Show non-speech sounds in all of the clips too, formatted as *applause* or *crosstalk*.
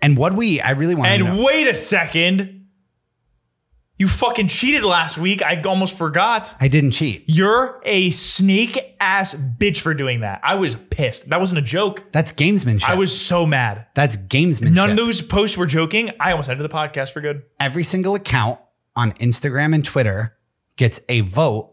What we I really want to And know. wait a second. You fucking cheated last week. I almost forgot. I didn't cheat. You're a snake ass bitch for doing that. I was pissed. That wasn't a joke. That's gamesmanship. I was so mad. That's gamesmanship. None of those posts were joking. I almost ended the podcast for good. Every single account on Instagram and Twitter gets a vote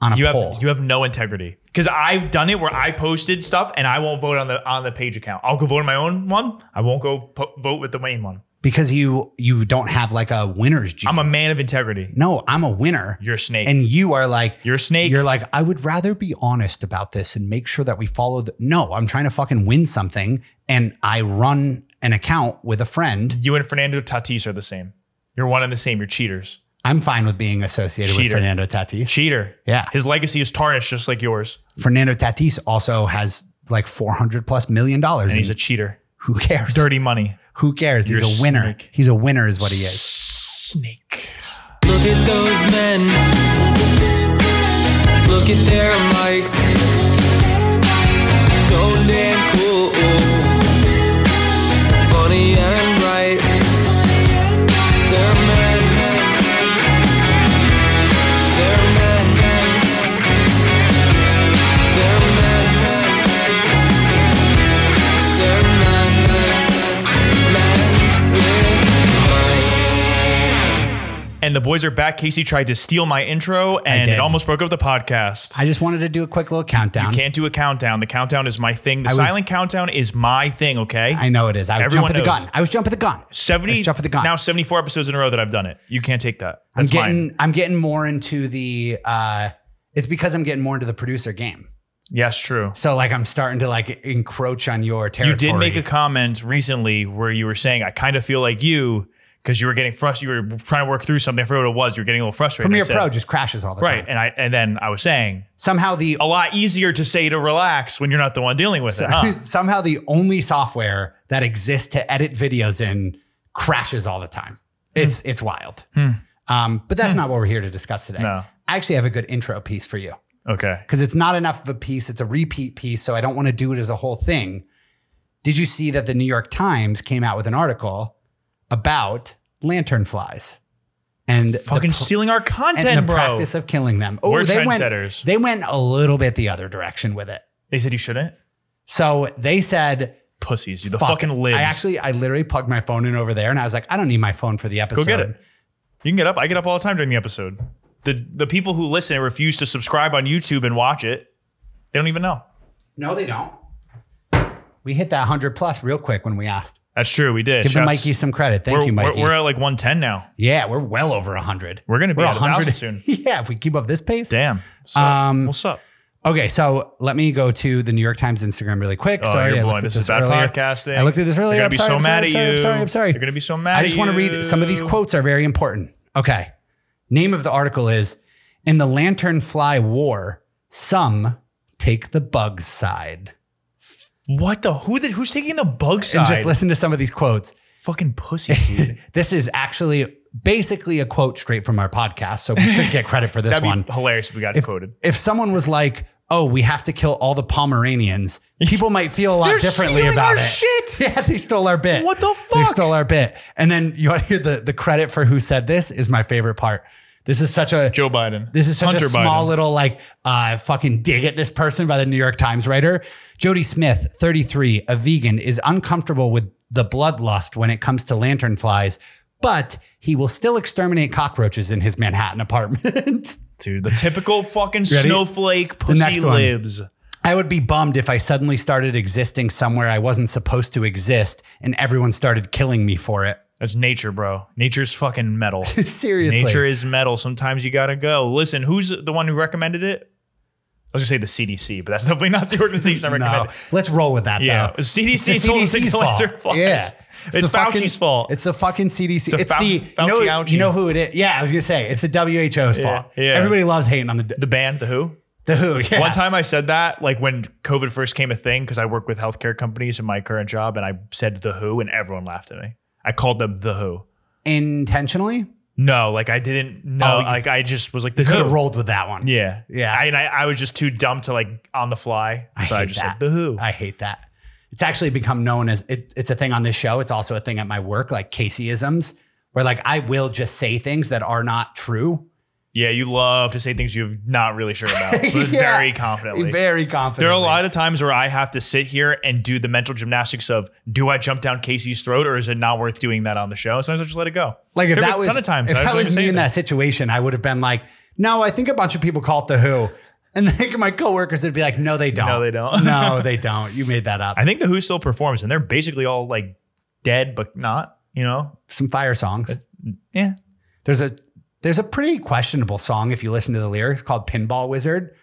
on a You poll. have you have no integrity. Because I've done it where I posted stuff and I won't vote on the on the page account. I'll go vote on my own one. I won't go po- vote with the main one. because you you don't have like a winner's gene. I'm a man of integrity. no, I'm a winner. You're a snake. and you are like You're a snake. You're like, I would rather be honest about this and make sure that we follow the. No, I'm trying to fucking win something, and I run an account with a friend. you and Fernando Tatis are the same. You're one and the same. You're cheaters. I'm fine with being associated with Cheater. Fernando Tatis. Cheater. Yeah, His legacy is tarnished just like yours. Fernando Tatis also has like 400 plus million dollars. And he's a in- cheater. who cares? Dirty money. Who cares? He's You're a a winner. snake. He's a winner, is what he is. Snake. Look at those men. Look at their mics. So damn cool. Funny and right. They're men. They're men. They're men. They're men. Men with mics. And the boys are back. Casey tried to steal my intro and did. it almost broke up the podcast. I just wanted to do a quick little countdown. Can't do a countdown. The countdown is my thing. The I was- silent countdown is my thing, okay? I know it is. I was Everyone jumping knows. the gun. I was jumping the gun. I 70 was jumping the gun. now 74 episodes in a row that I've done it. You can't take that. I'm That's getting. mine. I'm getting more into the. uh It's because I'm getting more into the producer game. Yes, true. So like I'm starting to like encroach on your territory. You did make a comment recently where you were saying, I kind of feel like you because you were getting frustrated. You were trying to work through something. I forgot what it was. You were getting a little frustrated. Premiere I said- Pro just crashes all the Right. Oh, time. And I and then I was saying, Somehow the a lot easier to say to relax when you're not the one dealing with it. Huh? *laughs* somehow the only software that exists to edit videos in crashes all the time. Hmm. It's it's wild. Um, but that's not what we're here to discuss today. No. I actually have a good intro piece for you Okay. because it's not enough of a piece. It's a repeat piece, so I don't want to do it as a whole thing. Did you see that the New York Times came out with an article about lantern flies and *laughs* the Fucking pl- stealing our and content, the bro. practice of killing them? Oh, We're they went, trendsetters. they went a little bit the other direction with it. They said you shouldn't. So they said Pussies. You the Fuck fucking it. libs. I actually, I literally plugged my phone in over there, and I was like, I don't need my phone for the episode. Go get it. You can get up. I get up all the time during the episode. The the people who listen and refuse to subscribe on YouTube and watch it, they don't even know. No, they don't. We hit that hundred plus real quick when we asked. That's true. We did. Give the Shouts- Mikey some credit. Thank we're, you, we're- Mikey. We're at like 110 now. yeah, we're well over hundred. We're gonna be at 100 100 soon. *laughs* yeah, if we keep up this pace. Damn. So, Um, what's up? Okay, so let me go to the New York Times Instagram really quick. Oh, sorry, you're I looked blowing. at This is bad earlier. podcasting. I looked at this earlier. They're I'm gonna be sorry, so I'm mad sorry, at I'm you. Sorry, I'm sorry. They're gonna be so mad. I just at want to you. read some of these quotes are very important. Okay. Name of the article is In the Lantern Fly War, some take the bug's side. What the? Who the, Who's taking the bug side? And just listen to some of these quotes. Fucking pussy, dude. *laughs* This is actually basically a quote straight from our podcast, so we should get credit *laughs* for this That'd one. be hilarious if we got quoted. If someone was like, "Oh, we have to kill all the *laughs* Pomeranians," people might feel a lot differently stealing about our it. *laughs* shit. Yeah, they stole our bit. What the They fuck? stole our bit. And then you want to hear the the credit for who said this is my favorite part. This is such a Joe Biden. This is such Hunter a small Biden. little like uh, fucking dig at this person by the New York Times writer. Jody Smith, 33, a vegan, is uncomfortable with the bloodlust when it comes to lantern flies, but he will still exterminate cockroaches in his Manhattan apartment. *laughs* dude. The typical fucking Ready? snowflake pussy next one. libs. I would be bummed if I suddenly started existing somewhere I wasn't supposed to exist and everyone started killing me for it. *laughs* That's nature, bro. Nature's fucking metal. Seriously. Nature is metal. Sometimes you gotta go. Listen, who's the one who recommended it? I was gonna say the CDC, but that's *laughs* definitely not the organization *laughs* I no, recommended. let's roll with that Yeah, though. the CDC It's the told us CDC's to fault. collect our flies. Yeah. It's the Fauci's fault. It's the fucking CDC. It's, the Fau- the you know, Fauci-ouchie. you know who it is. Yeah, I was gonna say it's the WHO's fault. yeah. Everybody loves hating on the The band, the Who. the WHO. Yeah. One time I said that, like when COVID first came a thing, because I work with healthcare companies in my current job, and I said the Who, and everyone laughed at me. I called them the Who. intentionally No, like I didn't know. Oh, you- like I just was like the could have Who. rolled with that one. Yeah, Yeah. I, and I, I was just too dumb to like on the fly, I so I hate just that. said the Who. I hate that. It's actually become known as it, it's a thing on this show. It's also a thing at my work, like Caseyisms, where like I will just say things that are not true. Yeah, you love to say things you're not really sure about, but *laughs* Yeah. very confidently. Very confident. There are a lot of times where I have to sit here and do the mental gymnastics of do I jump down Casey's throat or is it not worth doing that on the show? Sometimes I just let it go. Like if There were that was a ton of times if I that wasn't was gonna me say in that situation, I would have been like, no, I think a bunch of people call it the Who, and *laughs* like my coworkers would be like, no, they don't. No, they don't. *laughs* no, they don't. You made that up. I think the Who still performs and they're basically all like dead but not, you know? Some fire songs. Yeah. There's a there's a pretty questionable song if you listen to the lyrics called Pinball Wizard.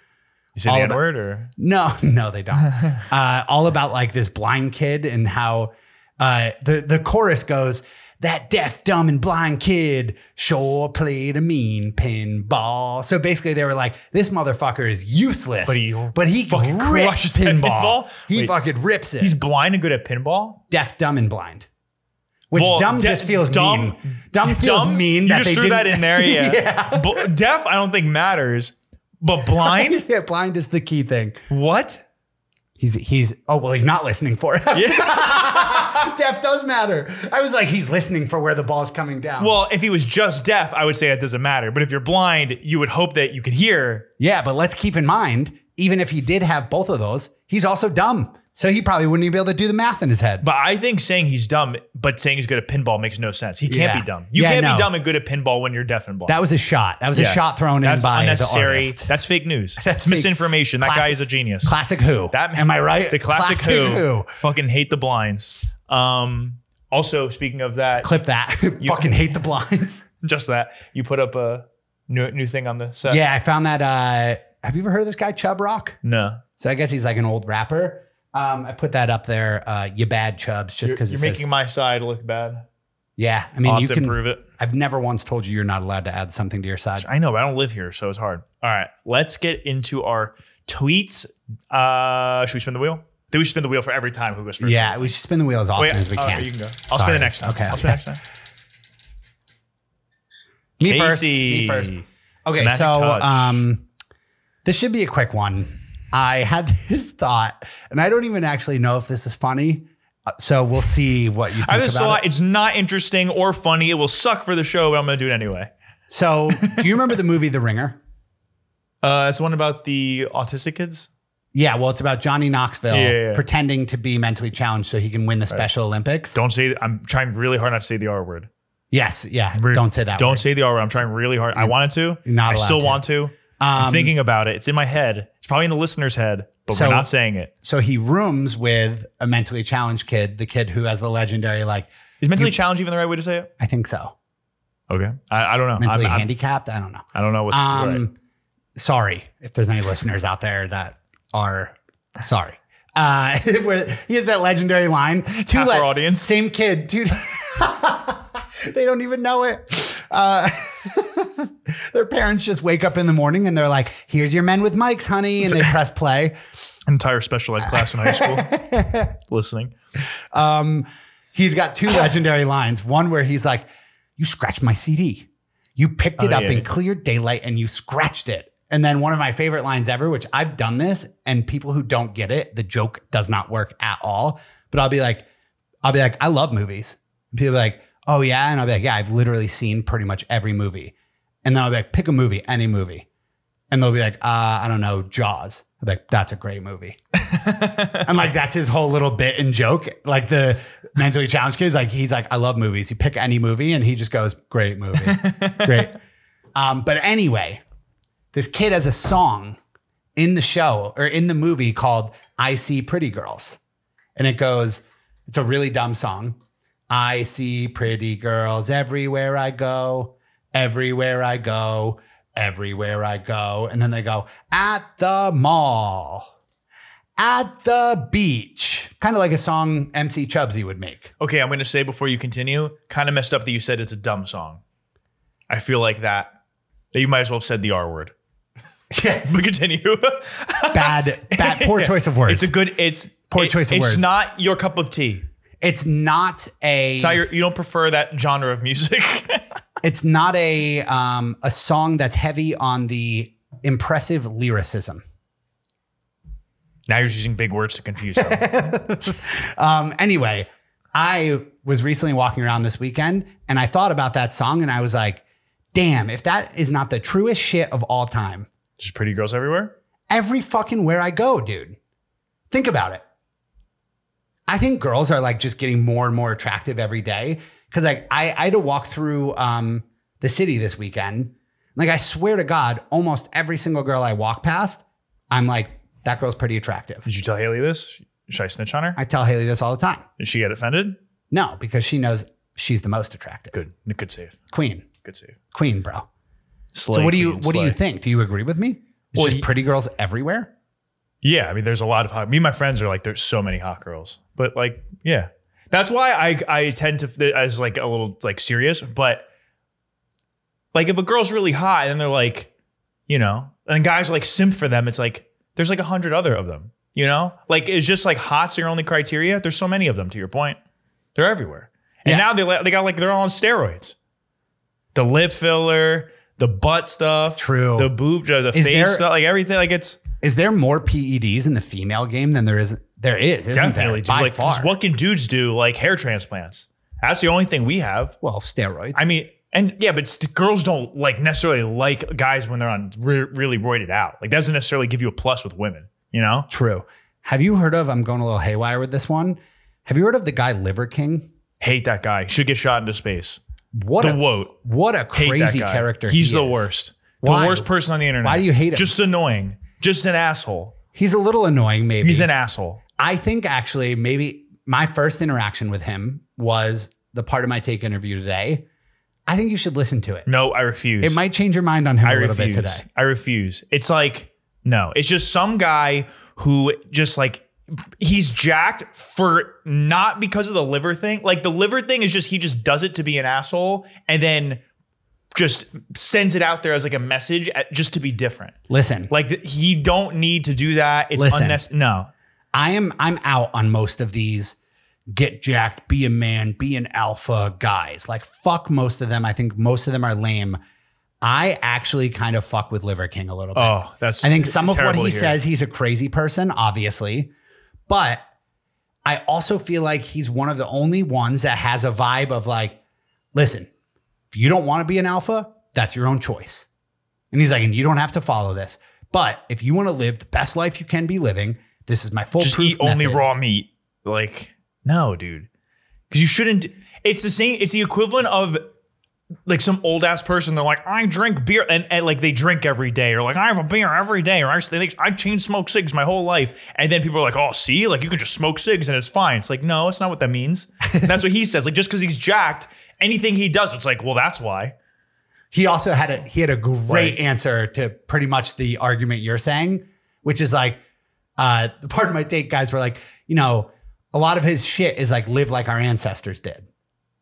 You say All the about- N word or No, *laughs* no, they *laughs* don't. uh, all about like this blind kid and how uh, the the chorus goes. That deaf, dumb, and blind kid sure played a mean pinball. So basically, they were like, "This motherfucker is useless." But he but he fucking rips crushes that pinball. pinball? He Wait. fucking rips it. he's blind and good at pinball? deaf, dumb, and blind. Which Well, dumb de- just feels dumb- mean. *laughs* Dumb feels Dumb? mean. You that just they threw didn't- that *laughs* in there, yeah. yeah. Bu- deaf, I don't think matters, *laughs* but blind? yeah, blind is the key thing. what? He's he's oh well he's not listening for it. *laughs* Yeah. Deaf does matter. I was like he's listening for where the ball's coming down. Well, if he was just deaf, I would say it doesn't matter. But if you're blind, you would hope that you could hear. yeah, but let's keep in mind even if he did have both of those, he's also dumb. So he probably wouldn't even be able to do the math in his head. But I think saying he's dumb, but saying he's good at pinball makes no sense. He can't Yeah. be dumb. You Yeah, can't no. be dumb and good at pinball when you're deaf and blind. that was a shot. That was a Yes. shot thrown That's in by the unnecessary. artist. That's *laughs* fake news. That's fake- misinformation. That guy Classic- is a genius. classic who? That Am I right? The classic, who, fucking hate the blinds. Um, also, speaking of that, Clip that. *laughs* Fucking hate the *laughs* blinds. just that you put up a new new thing on the set. yeah, I found that. Uh, have you ever heard of this guy Chub Rock? No. So I guess he's like an old rapper. Um, I put that up there. Uh, you bad chubs, just You're, because you're it making says. my side look bad. yeah, I I mean, will you have to can. improve it. I've never once told you you're not allowed to add something to your side. I know, but I don't live here, so it's hard. All right, let's get into our tweets. Uh, should we spin the wheel? Then we should spin the wheel for every time who goes first. Yeah, we should spin the wheel as often Wait, as we oh, can. you can go. I'll spin Sorry. the next time. Okay, I'll spin okay. the next time. *laughs* Me first. Casey. Me first. Okay, Magic so touch. um, this should be a quick one. I had *laughs* this thought, and I don't even actually know if this is funny. Uh, So we'll see what you think I have this about thought. it. It's not interesting or funny. It will suck for the show, but I'm going to do it anyway. So, do you remember the movie The Ringer? Uh, it's one about the autistic kids. Yeah, well, it's about Johnny Knoxville Yeah, yeah, yeah. pretending to be mentally challenged so he can win the Special Olympics. Don't say. I'm trying really hard not to say the R word. yes, yeah. Re- don't say that. Don't word. say the R word. I'm trying really hard. I wanted to. You're not I still allowed to. Um, want to. I'm thinking about it. It's in my head. It's probably in the listener's head, but So- we're not saying it. So he rooms with a mentally challenged kid, the kid who has the legendary, like, Is mentally challenged even the right way to say it? I think so, Okay. I, I don't know. mentally I'm, I'm, handicapped. I don't know. I do not know what's right. Um, Sorry if there's any listeners out there that are sorry. Uh, *laughs* where he has that legendary line. Two Half our audience. Same kid. Two. *laughs* they don't even know it. Uh, *laughs* their parents just wake up in the morning and they're like, "Here's your men with mics, honey," *laughs* and they press play. Entire special ed class in high school *laughs* listening. Um, he's got *laughs* two legendary lines. One where he's like, "You scratched my CD. You picked it Oh, up yeah, in yeah. clear daylight and you scratched it." And then one of my favorite lines ever, which I've done this, and people who don't get it, the joke does not work at all. But I'll be like, I'll be like, I love movies. And people are like, oh yeah, and I'll be like, yeah, I've literally seen pretty much every movie. And then I'll be like, pick a movie, any movie. And they'll be like, uh, I don't know, Jaws. I'll be like, that's a great movie. and like that's his whole little bit and joke. Like the mentally challenged kid is like, he's like, I love movies. You pick any movie, and he just goes, Great movie. great. Um, but anyway, this kid has a song in the show or in the movie called I See Pretty Girls. And it goes, it's a really dumb song. I see pretty girls everywhere I go, everywhere I go, everywhere I go. And then they go, at the mall, at the beach. Kind of like a song MC Chubsy would make. Okay, I'm going to say before you continue, kind of messed up that you said it's a dumb song. I feel like that, that you might as well have said the R word. *laughs* Yeah. But continue. Bad, bad, *laughs* poor choice of words. It's a good, it's Poor choice of it's words. It's not your cup of tea. It's not a. It's not your, you don't prefer that genre of music. *laughs* It's not a um, a song that's heavy on the impressive lyricism. Now you're just using big words to *laughs* confuse them. Um, anyway, I was recently walking around this weekend and I thought about that song and I was like, damn, if that is not the truest shit of all time, just pretty girls everywhere. every fucking where I go, dude. Think about it. I think girls are like just getting more and more attractive every day. Cause like I, I had to walk through um, the city this weekend. Like I swear to God, almost every single girl I walk past, I'm like, that girl's pretty attractive. Did you tell Haley this? Should I snitch on her? I tell Haley this all the time. Did she get offended? No, because she knows she's the most attractive. Good. Good save. Queen. Good save. Queen, bro. Slay, so what do you queen, what do you slay. think? Do you agree with me? It's Well, just you- pretty girls everywhere. Yeah, I mean, there's a lot of hot. Me and my friends are like, there's so many hot girls, but like, yeah, that's why I I tend to as like a little like serious, but like if a girl's really hot and then they're like, you know, and guys are like simp for them, it's like there's like a hundred other of them, you know, like it's just like hot's your only criteria. There's so many of them. To your point, they're everywhere, and Yeah. now they li- they got like they're all on steroids, the lip filler, the butt stuff, True. the boob, the Is face there- stuff, like everything, like it's. Is there more PEDs in the female game than there is there is? Isn't there? Definitely, dude. by Like, 'cause far. what can dudes do? Like hair transplants. That's the only thing we have. well, steroids. I mean, and yeah, but st- girls don't like necessarily like guys when they're on re- really roided out. Like, that doesn't necessarily give you a plus with women. You know? True. Have you heard of? I'm going a little haywire with this one. Have you heard of the guy Liver King? Hate that guy. Should get shot into space. What The a woke. what a Hate crazy that guy. character. He's he the is. worst. Why? The worst person on the internet. Why do you hate him? Just annoying. Just an asshole. He's a little annoying, maybe. He's an asshole. I think actually maybe my first interaction with him was the part of my take interview today. I think you should listen to it. No, I refuse. It might change your mind on him a Mm. I little refuse. bit today. I refuse. It's like no. It's just some guy who just like he's jacked for not because of the liver thing. Like the liver thing is just he just does it to be an asshole and then just sends it out there as like a message at, just to be different. Listen, Like th- he don't need to do that. It's Listen. unnecessary. No. I am I'm out on most of these get jacked, be a man, be an alpha guys. Like fuck most of them. I think most of them are lame. I actually kind of fuck with Liver King a little bit. Oh, that's I think some of what terrible he to hear. says, he's a crazy person, obviously. But I also feel like he's one of the only ones that has a vibe of like, listen, if you don't want to be an alpha, that's your own choice. And he's like, and you don't have to follow this. But if you want to live the best life you can be living, this is my full just eat only raw meat. Like, no, dude. Because you shouldn't. It's the same. It's the equivalent of like some old ass person. They're like, I drink beer, and, and like they drink every day, or like I have a beer every day, or I they think I chain smoke cigs my whole life, and then people are like, oh, see, like you can just smoke cigs and it's fine. It's like, no, it's not what that *laughs* means. And that's what he says. Like just because he's jacked, anything he does, it's like, well, that's why. He also had a he had a great Right. answer to pretty much the argument you're saying, which is like, uh, the part of my take guys were like, you know, a lot of his shit is like live like our ancestors did,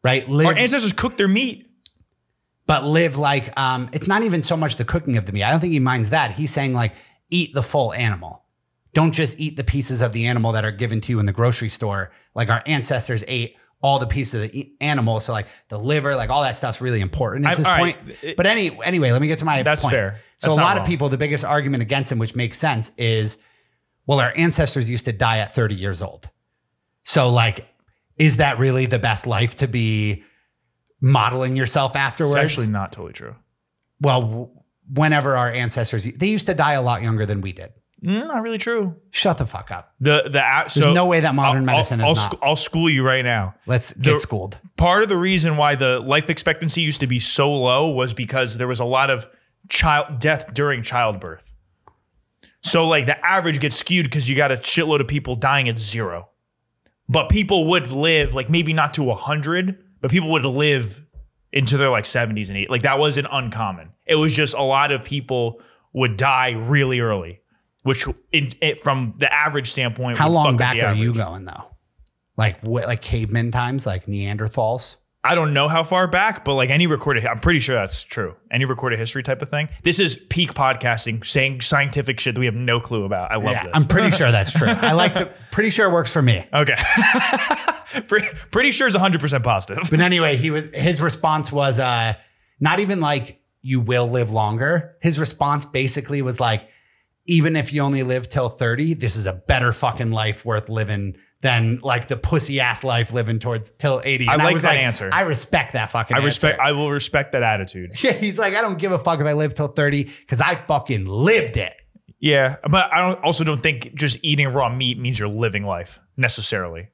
right? Live, Our ancestors cooked their meat. but live like um, it's not even so much the cooking of the meat. I don't think he minds that. He's saying like eat the full animal. Don't just eat the pieces of the animal that are given to you in the grocery store. Like our ancestors ate all the pieces of the e- animal. So like the liver, like all that stuff's really important. Is I- his all point? right. It- but any anyway, let me get to my That's point. fair. So That's a not lot of wrong. people, the biggest argument against him, which makes sense, is well, our ancestors used to die at 30 years old. So like, is that really the best life to be modeling yourself It's afterwards? actually not totally true. well, w- whenever our ancestors, they used to die a lot younger than we did. Mm, not really true. Shut the fuck up. The the app. There's so no way that modern I'll- medicine I'll, is I'll, not. sc- I'll school you right now. Let's get the- schooled. Part of the reason why the life expectancy used to be so low was because there was a lot of child death during childbirth. So like the average gets skewed because you got a shitload of people dying at zero, but people would live like maybe not to hundred, but people would live into their like seventies and eight. Like that wasn't uncommon. It was just a lot of people would die really early, which in, it, from the average standpoint, How would fuck long with back the are you average. going though? Like what? Like caveman times? Like Neanderthals? I don't know how far back, but like any recorded, I'm pretty sure that's true. Any recorded history type of thing. This is peak podcasting, saying scientific shit that we have no clue about. I love Yeah, this. I'm pretty sure that's true. *laughs* I like the. Pretty sure it works for me. okay. *laughs* pretty, pretty sure it's 100% positive. But anyway, he was his response was uh not even like you will live longer. His response basically was like even if you only live till 30, this is a better fucking life worth living than like the pussy ass life living towards till 80. I And like was that answer. I respect that fucking I answer. respect. I will respect that attitude. Yeah, *laughs* he's like, I don't give a fuck if I live till 30 because I fucking lived it. Yeah, but I don't, also don't think just eating raw meat means you're living life necessarily.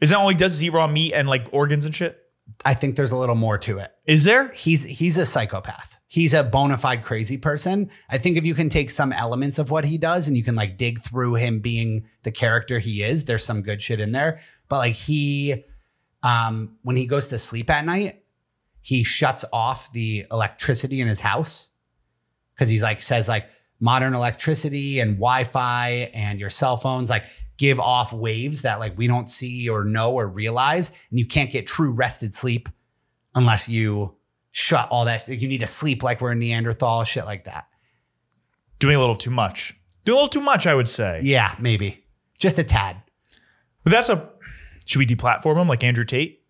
Is that all he does? Is eat raw meat and like organs and shit? I think there's a little more to it. Is there? He's he's a psychopath. He's a bona fide crazy person. I think if you can take some elements of what he does and you can like dig through him being the character he is, there's some good shit in there. But like he um when he goes to sleep at night, he shuts off the electricity in his house because he's like says like modern electricity and wi-fi and your cell phones like give off waves that like we don't see or know or realize and you can't get true rested sleep unless you shut all that you need to sleep like we're in neanderthal shit like that Doing a little too much. Do a little too much, I would say. yeah maybe just a tad But that's a. Should we deplatform him like Andrew Tate?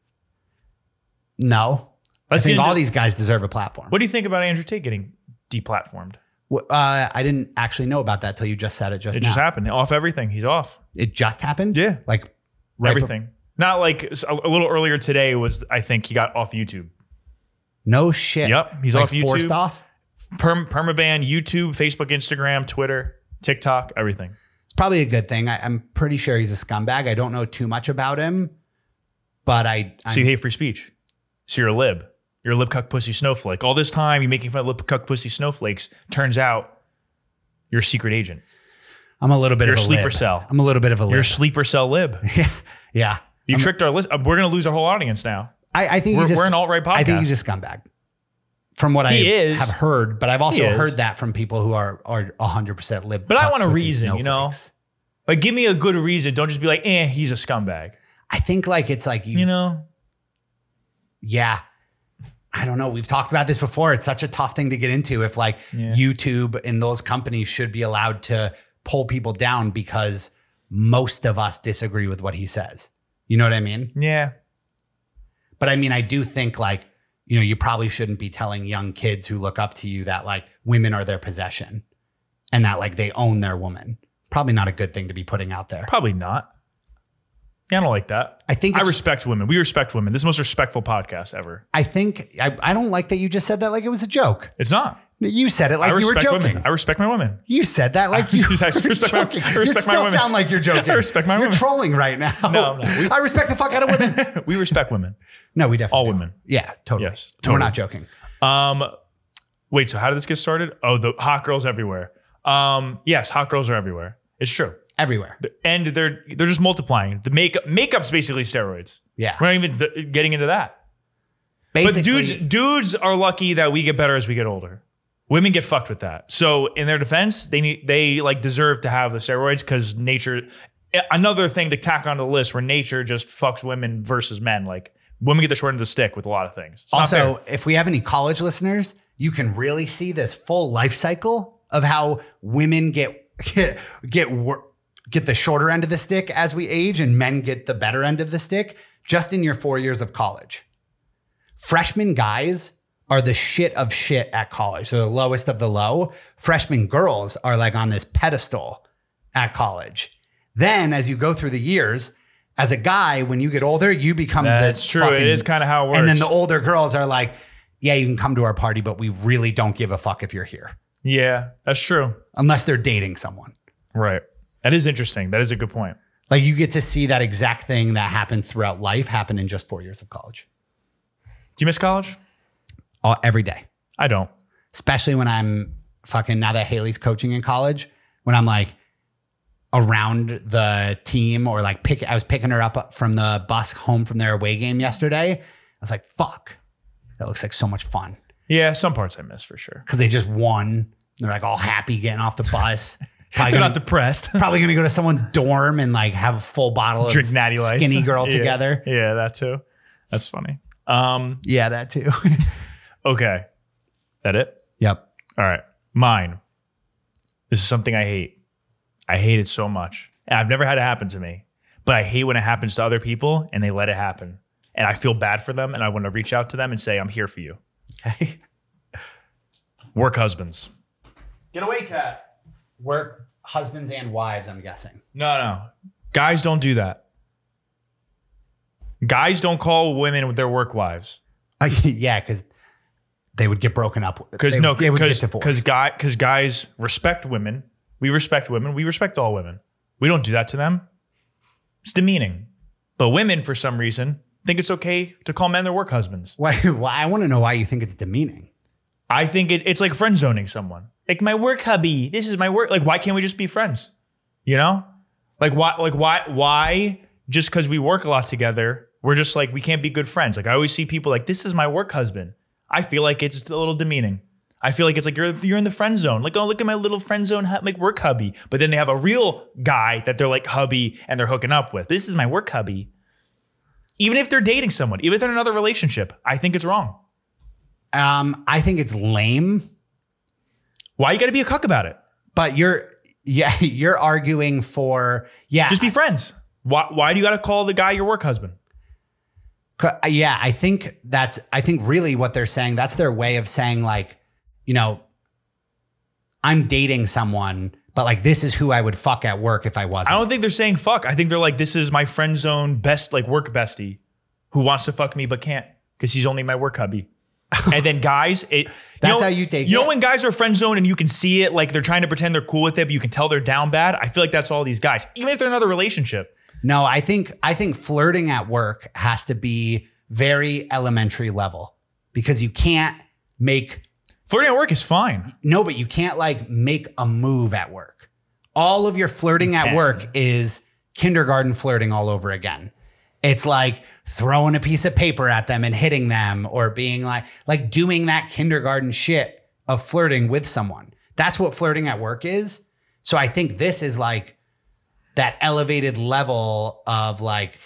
no Let's i think get into- all these guys deserve a platform What do you think about Andrew Tate getting deplatformed? Wh- uh, i didn't actually know about that till you just said it just It now just happened. Off everything. He's off. it just happened Yeah. like right bef- everything. Not like s- a a little earlier today was. I think he got off YouTube. no shit Yep, he's like off YouTube. forced off Perm, permaban, YouTube, Facebook, Instagram, Twitter, TikTok, everything. It's probably a good thing. I, I'm pretty sure he's a scumbag. I don't know too much about him, but I So you I'm- hate free speech. So you're a lib. You're a lib cuck pussy snowflake. All this time you're making fun of lib cuck pussy snowflakes. Turns out you're a secret agent. I'm a little bit You're of a a sleeper lib. cell. I'm a little bit of a You're a lib. sleeper cell *laughs* lib. yeah, yeah. You tricked our list. uh, We're gonna lose our whole audience now. I, I think We're, he's a, we're an alt right podcast. I think he's a scumbag. From what He I is. have heard, but I've also He is. heard that from people who are are 100 percent lib. But I cuck want a pussy reason, you know? snowflakes. like, give me a good reason. Don't just be like, eh, he's a scumbag. I think like it's like you, You know? yeah. I don't know. We've talked about this before. It's such a tough thing to get into if like Yeah. YouTube and those companies should be allowed to pull people down because most of us disagree with what he says. You know what I mean? Yeah. But I mean, I do think like, you know, you probably shouldn't be telling young kids who look up to you that like women are their possession and that like they own their woman. Probably not a good thing to be putting out there. Probably not. Yeah, I don't like that. I think I it's, I, respect women. We respect women. This is the most respectful podcast ever. think I, I don't like that you just said that like it was a joke. It's not. You said it like I you were respect joking. women. I respect my women. You said that like I *laughs* you respect- I were respect my- I joking. you respect my still women. sound *laughs* like you're joking. I respect my You're women. trolling right now. No, I'm *laughs* not. I respect the fuck out of *laughs* women. we respect women. No, we definitely All do. women. Yeah, totally. Yes, totally. We're not joking. Um, wait. So how did this get started? Oh, the hot girls everywhere. Um, yes, hot girls are everywhere. It's true, Everywhere. and they're they're just multiplying. The makeup makeup's basically steroids. Yeah. We're not even th- getting into that. Basically, but dudes dudes are lucky that we get better as we get older. Women get fucked with that. So in their defense, they need they like deserve to have the steroids because nature. eh, Another thing to tack onto the list where nature just fucks women versus men. Like women get the short end of the stick with a lot of things. It's not fair. also, if we have any college listeners, you can really see this full life cycle of how women get *laughs* get get, wor- get the shorter end of the stick as we age, and men get the better end of the stick. Just in your four years of college, freshman guys are the shit of shit at college. They're the lowest of the low. Freshman girls are like on this pedestal at college. Then, as you go through the years, as a guy, when you get older, you become that's the true. fucking- it is kind of how it works. and then the older girls are like, yeah, you can come to our party, but we really don't give a fuck if you're here yeah, that's true. unless they're dating someone. Right. That is interesting. That is a good point. Like you get to see that exact thing that happens throughout life happen in just four years of college Do you miss college? all, every day, I don't. especially when I'm fucking now that Haley's coaching in college, when I'm like around the team or like pick, I was picking her up from the bus home from their away game yesterday. I was like, fuck, that looks like so much fun. Yeah, some parts I miss for sure. Cause they just won. They're like all happy getting off the *laughs* bus. Probably They're gonna- not *laughs* depressed. probably gonna go to someone's dorm and like have a full bottle of Drink natty lights. skinny girl *laughs* Yeah. together. Yeah, that too. That's funny. Um, Yeah, that too. *laughs* Okay. That it? yep. All right. Mine. This is something I hate. I hate it so much. And I've never had it happen to me, but I hate when it happens to other people and they let it happen. And I feel bad for them and I want to reach out to them and say, I'm here for you. Okay. Work husbands. Get away, cat. work husbands and wives, I'm guessing. No, no. Guys don't do that. Guys don't call women with their work wives. *laughs* I, yeah, because they would get broken up. Because They no, would- they would get because divorced. guy, because guys respect women. We respect women. We respect all women. We don't do that to them. It's demeaning. But women, for some reason, think it's okay to call men their work husbands. Why, why, I want to know why you think it's demeaning. I think it, it's like friend zoning someone. Like my work hubby. This is my work. Like why can't we just be friends? You know? Like why? Like why? Why? Just because we work a lot together, we're just like we can't be good friends. Like I always see people like this is my work husband. I feel like it's a little demeaning. I feel like it's like you're you're in the friend zone. Like oh look at my little friend zone hu- like work hubby. But then they have a real guy that they're like hubby and they're hooking up with. This is my work hubby. Even if they're dating someone, even if they're in another relationship, I think it's wrong. Um, I think it's lame, Why you got to be a cuck about it? but you're, yeah, *laughs* you're arguing for, yeah, Just be friends. Why, why do you got to call the guy your work husband? Co- uh, Yeah, I think that's I think really what they're saying, that's their way of saying like, you know, I'm dating someone, but like this is who I would fuck at work if I I wasn't. don't think they're saying fuck. I think they're like, this is my friend zone best, like work bestie who wants to fuck me but can't because he's only my *laughs* work hubby. and then guys, it, That's know- how you take You know it? when guys are friend zone and you can see it, like they're trying to pretend they're cool with it, but you can tell they're down bad. I feel like that's all these guys, even if they're in another relationship. No, I think I think flirting at work has to be very elementary level because you can't make Flirting at work is fine. no, but you can't like make a move at work. All of your flirting at can. work is kindergarten flirting all over again. It's like throwing a piece of paper at them and hitting them or being like like doing that kindergarten shit of flirting with someone. That's what flirting at work is. So I think this is like that elevated level of like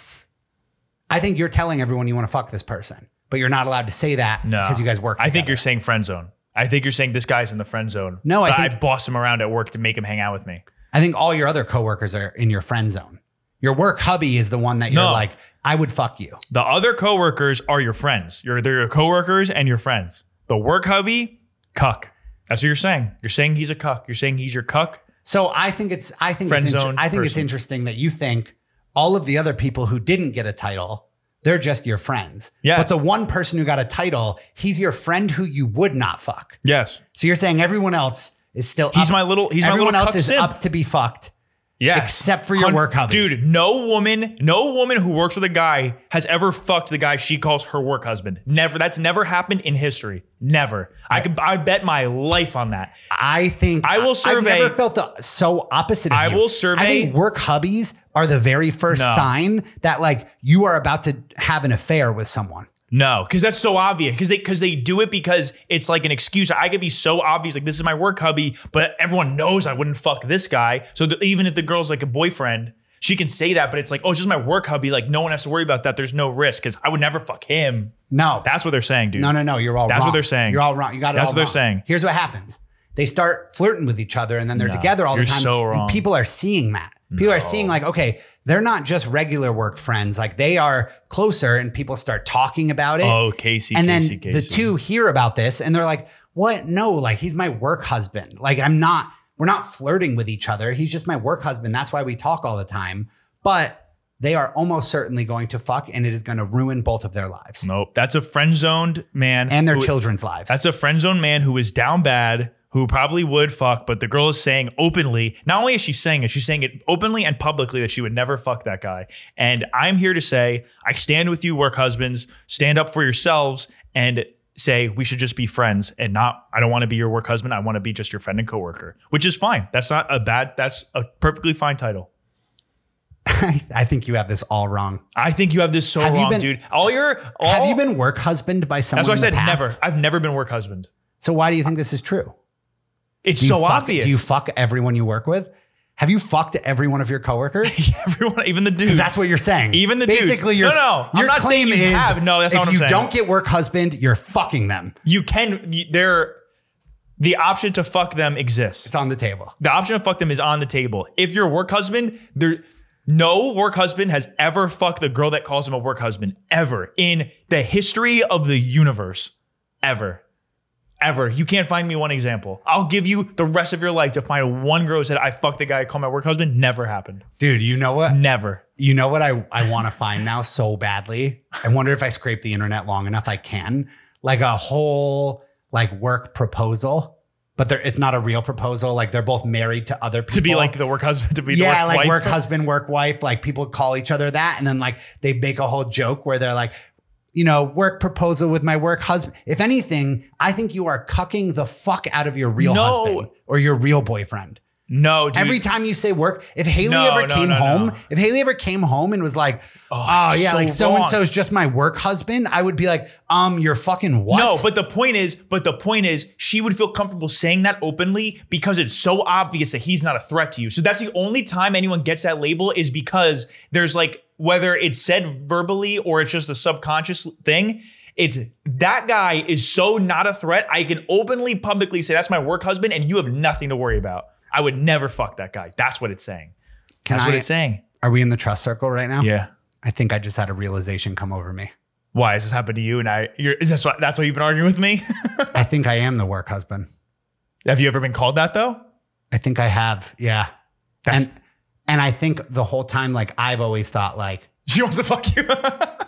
I think you're telling everyone you want to fuck this person, but you're not allowed to say that No. because you guys work. I think together. you're saying friend zone. I think you're saying this guy's in the friend zone. No, I but I think- boss him around at work to make him hang out with me. I think all your other coworkers are in your friend zone. Your work hubby is the one that you're No. like, I would fuck you. The other coworkers are your friends. You're they're your coworkers and your friends. The work hubby, cuck. That's what you're saying. You're saying he's a cuck. You're saying he's your cuck. So I think it's I think Friend it's inter- zone I think it's person. interesting that you think all of the other people who didn't get a title, they're just your friends. Yes. But the one person who got a title, he's your friend who you would not fuck. Yes. So you're saying everyone else is still He's up- my little he's everyone my little else cuck is simp. up to be fucked. yes. except for your Hun- work hubby. Dude, no woman, no woman who works with a guy has ever fucked the guy she calls her work husband. Never. That's never happened in history. Never. I could I bet my life on that. I think I will I've survey- never felt the so opposite. Of I you. will survey- I think work hubbies are the very first No. sign that like you are about to have an affair with someone. No, because that's so obvious. Because they because they do it because it's like an excuse. I could be so obvious, like this is my work hubby, but everyone knows I wouldn't fuck this guy. So th- even if the girl's like a boyfriend, she can say that, but it's like, oh, it's just my work hubby. Like no one has to worry about that. There's no risk because I would never fuck him. No, That's what they're saying, dude. no, no, no. You're all. That's what wrong. they're saying. You're all wrong. You got it. That's all what they're wrong. saying. Here's what happens: they start flirting with each other, and then they're No, together all you're the time. so and wrong. people are seeing that. People are seeing like, okay, they're not just regular work friends. Like they are closer, and people start talking about it. Oh, Casey, and then Casey, the Casey. two hear about this and they're like what no like he's my work husband like i'm not we're not flirting with each other he's just my work husband that's why we talk all the time but they are almost certainly going to fuck and it is going to ruin both of their lives Nope. That's a friend zoned man. and their who- children's lives That's a friend zone man who is down bad, who probably would fuck, but the girl is saying openly, not only is she saying it, she's saying it openly and publicly that she would never fuck that guy. And I'm here to say, I stand with you, work husbands, stand up for yourselves and say we should just be friends and not I don't want to be your work husband, I want to be just your friend and coworker, which is fine. That's not a bad that's a perfectly fine title. *laughs* i think you have this all wrong I think you have this so Have you wrong, been- dude. All your all, have you been work husband by someone That's what I in the said past? never. I've never been work husband. so why do you think this is true It's Do you so fuck- obvious. do you fuck everyone you work with have you fucked every one of your coworkers *laughs* Everyone, even the dudes. Because that's what you're saying. Even the dudes. basically your No, no, I'm your not saying claim you is have. No, that's if not what I'm you saying. don't get work husband, you're fucking them. you can you, there the option to fuck them It's exists on the table. the option to fuck them is on the table if you're a work husband there no work husband has ever fucked the girl that calls him a work husband ever in the history of the universe ever ever. You can't find me one example. I'll give you the rest of your life to find one girl who said, I fucked the guy I call my work husband. Never happened. Dude, you know what? Never. You know what I, I want to find now so badly? I wonder if I scrape the internet long enough, I can. Like a whole like work proposal, but they're, it's not a real proposal. Like they're both married to other people. To be like the work husband, to be yeah, the work like wife. work husband, work wife. Like people call each other that, and then like they make a whole joke where they're like, you know, work proposal with my work husband. If anything, I think you are cucking the fuck out of your real No. husband or your real boyfriend. no, dude. Every time you say work, if Haley No, ever no, came no, home, no. if Haley ever came home and was like, Oh, oh, yeah, so like so and so wrong. is just my work husband, I would be like, um, you're fucking what? No, but the point is, but the point is, she would feel comfortable saying that openly because it's so obvious that he's not a threat to you. So that's the only time anyone gets that label is because there's like whether it's said verbally or it's just a subconscious thing. It's that guy is so not a threat. I can openly, publicly say that's my work husband, and you have nothing to worry about. I would never fuck that guy. That's what it's saying. Can That's what I- Oh. it's saying. are we in the trust circle right now? Yeah. I think I just had a realization come over me. Why has this happened to you? And I, you're, is this what, that's why you've been arguing with me? *laughs* I think I am the work husband. have you ever been called that though? I think I have. Yeah. That's- and and I think the whole time, like I've always thought, like *laughs* She wants to fuck you.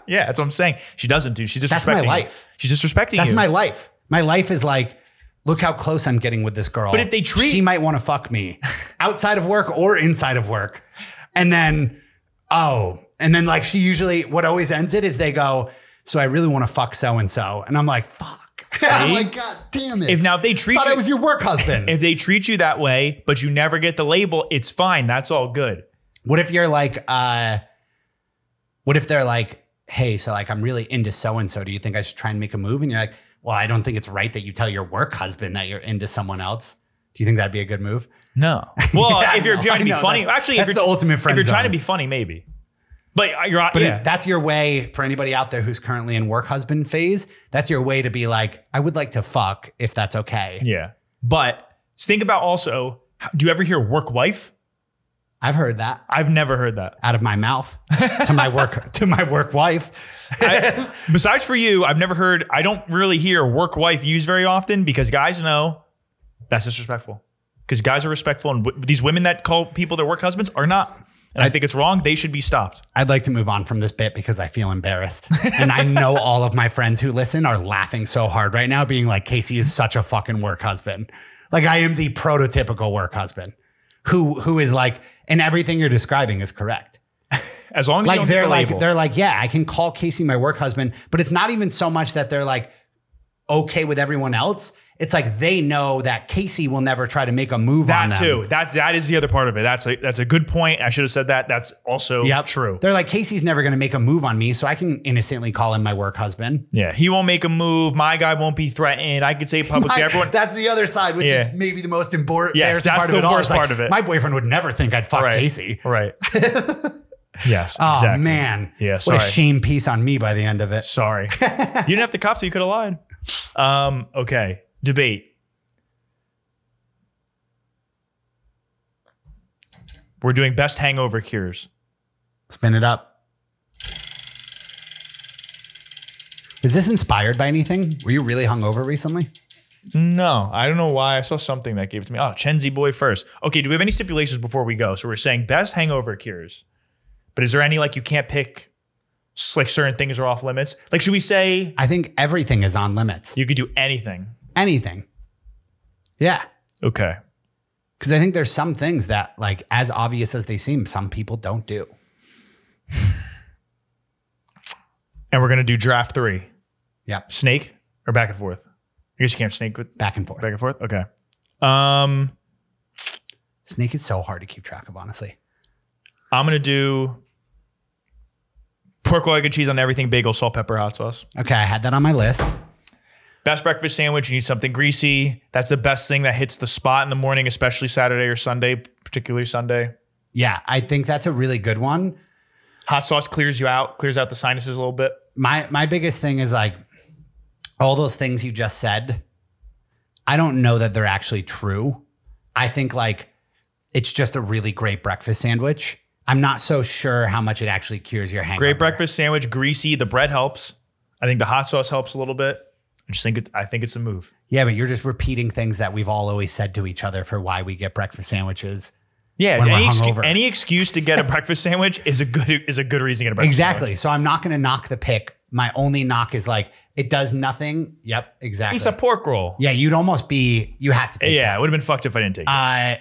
yeah, that's what I'm saying. She doesn't, dude. She's disrespecting. that's my you. life. She's disrespecting. That's you. my life. My life is like, look how close I'm getting with this girl. But if they treat- she might want to fuck *laughs* me outside of work or inside of work, and then oh, and then like she usually what always ends it is they go, so I really want to fuck so and so, and I'm like fuck. *laughs* I'm See? like God damn it. If now if they treat thought you, I was your work husband. *laughs* if they treat you that way, but you never get the label, it's fine. That's all good. What if you're like, uh, what if they're like, hey, so like I'm really into so and so. Do you think I should try and make a move? And you're like, well, I don't think it's right that you tell your work husband that you're into someone else. Do you think that'd be a good move? *laughs* No. Well, Yeah, I if you're know, trying to be I know. funny, That's- actually, that's if the you're, ultimate if friend you're trying to zone. be funny, maybe. But you're But yeah. if that's your way for anybody out there who's currently in work husband phase. That's your way to be like, I would like to fuck if that's okay. yeah. But think about also. Do you ever hear work wife? I've heard that I've never heard that. out of my mouth to my work *laughs* to my work wife. I- besides for you, I've never heard. I don't really hear work wife used very often because guys know that's disrespectful. Because guys are respectful, and w- these women that call people their work husbands are not. And I, think it's wrong. They should be stopped. I'd like to move on from this bit because I feel embarrassed. And I know all of my friends who listen are laughing so hard right now, being like, Casey is such a fucking work husband. Like I am the prototypical work husband who who is like, and everything you're describing is correct. As long as you Like don't get they're the like, label. they're like, yeah, I can call Casey my work husband, but it's not even so much that they're like okay with everyone else. It's like they know that Casey will never try to make a move on that them. too. That's that is the other part of it. That's a that's a good point. I should have said that. That's also Yep. true. They're like, Casey's never gonna make a move on me, so I can innocently call him my work husband. Yeah, he won't make a move. My guy won't be threatened. I could say it publicly. I- Everyone. That's the other side, which Yeah. is maybe the most embor- embarrassing Yes, that's part of the it all. worst It's like, part of it. My boyfriend would never think I'd *laughs* fuck right. Casey. *laughs* Right. yes. Oh exactly. man, Yeah, what a sorry. shame piece on me by the end of it. Sorry. you didn't have to cop, so you could have lied. Um, okay. Debate. We're doing best hangover cures. Spin it up. Is this inspired by anything? Were you really hungover recently? No, I don't know why. I saw something that gave it to me. Oh, Chenzi boy first. Okay, do we have any stipulations before we go? So we're saying best hangover cures. But is there any like you can't pick s- like certain things are off limits? Like should we say I think everything is on limits. you could do anything? Anything. Yeah. Okay. Because I think there's some things that, like, as obvious as they seem, some people don't do. And we're gonna do draft three. Yep. Snake or back and forth? I guess you can't snake with Back and forth. Back and forth. Okay. Um, Snake is so hard to keep track of, honestly. I'm gonna do pork egg and cheese on everything bagel, salt, pepper, hot sauce. Okay, I had that on my list. Best breakfast sandwich. You need something greasy. That's the best thing that hits the spot in the morning, especially Saturday or Sunday, particularly Sunday. Yeah, I think that's a really good one. Hot sauce clears you out, clears out the sinuses a little bit. My my biggest thing is like all those things you just said. I don't know that they're actually true. I think like it's just a really great breakfast sandwich. I'm not so sure how much it actually cures your hangover. Great breakfast sandwich, greasy. The bread helps. I think the hot sauce helps a little bit. I just think it, I think it's a move. Yeah, but you're just repeating things that we've all always said to each other for why we get breakfast sandwiches. Yeah, When we're any, excu- hungover. any excuse to get a breakfast sandwich is a good is a good reason to get a breakfast Exactly. So I'm not going to knock the pick. My only knock is like it does nothing. Yep, exactly. sandwich. It's a pork roll. yeah, you'd almost be you have to take Yeah, it would have been fucked if I didn't take it. Uh,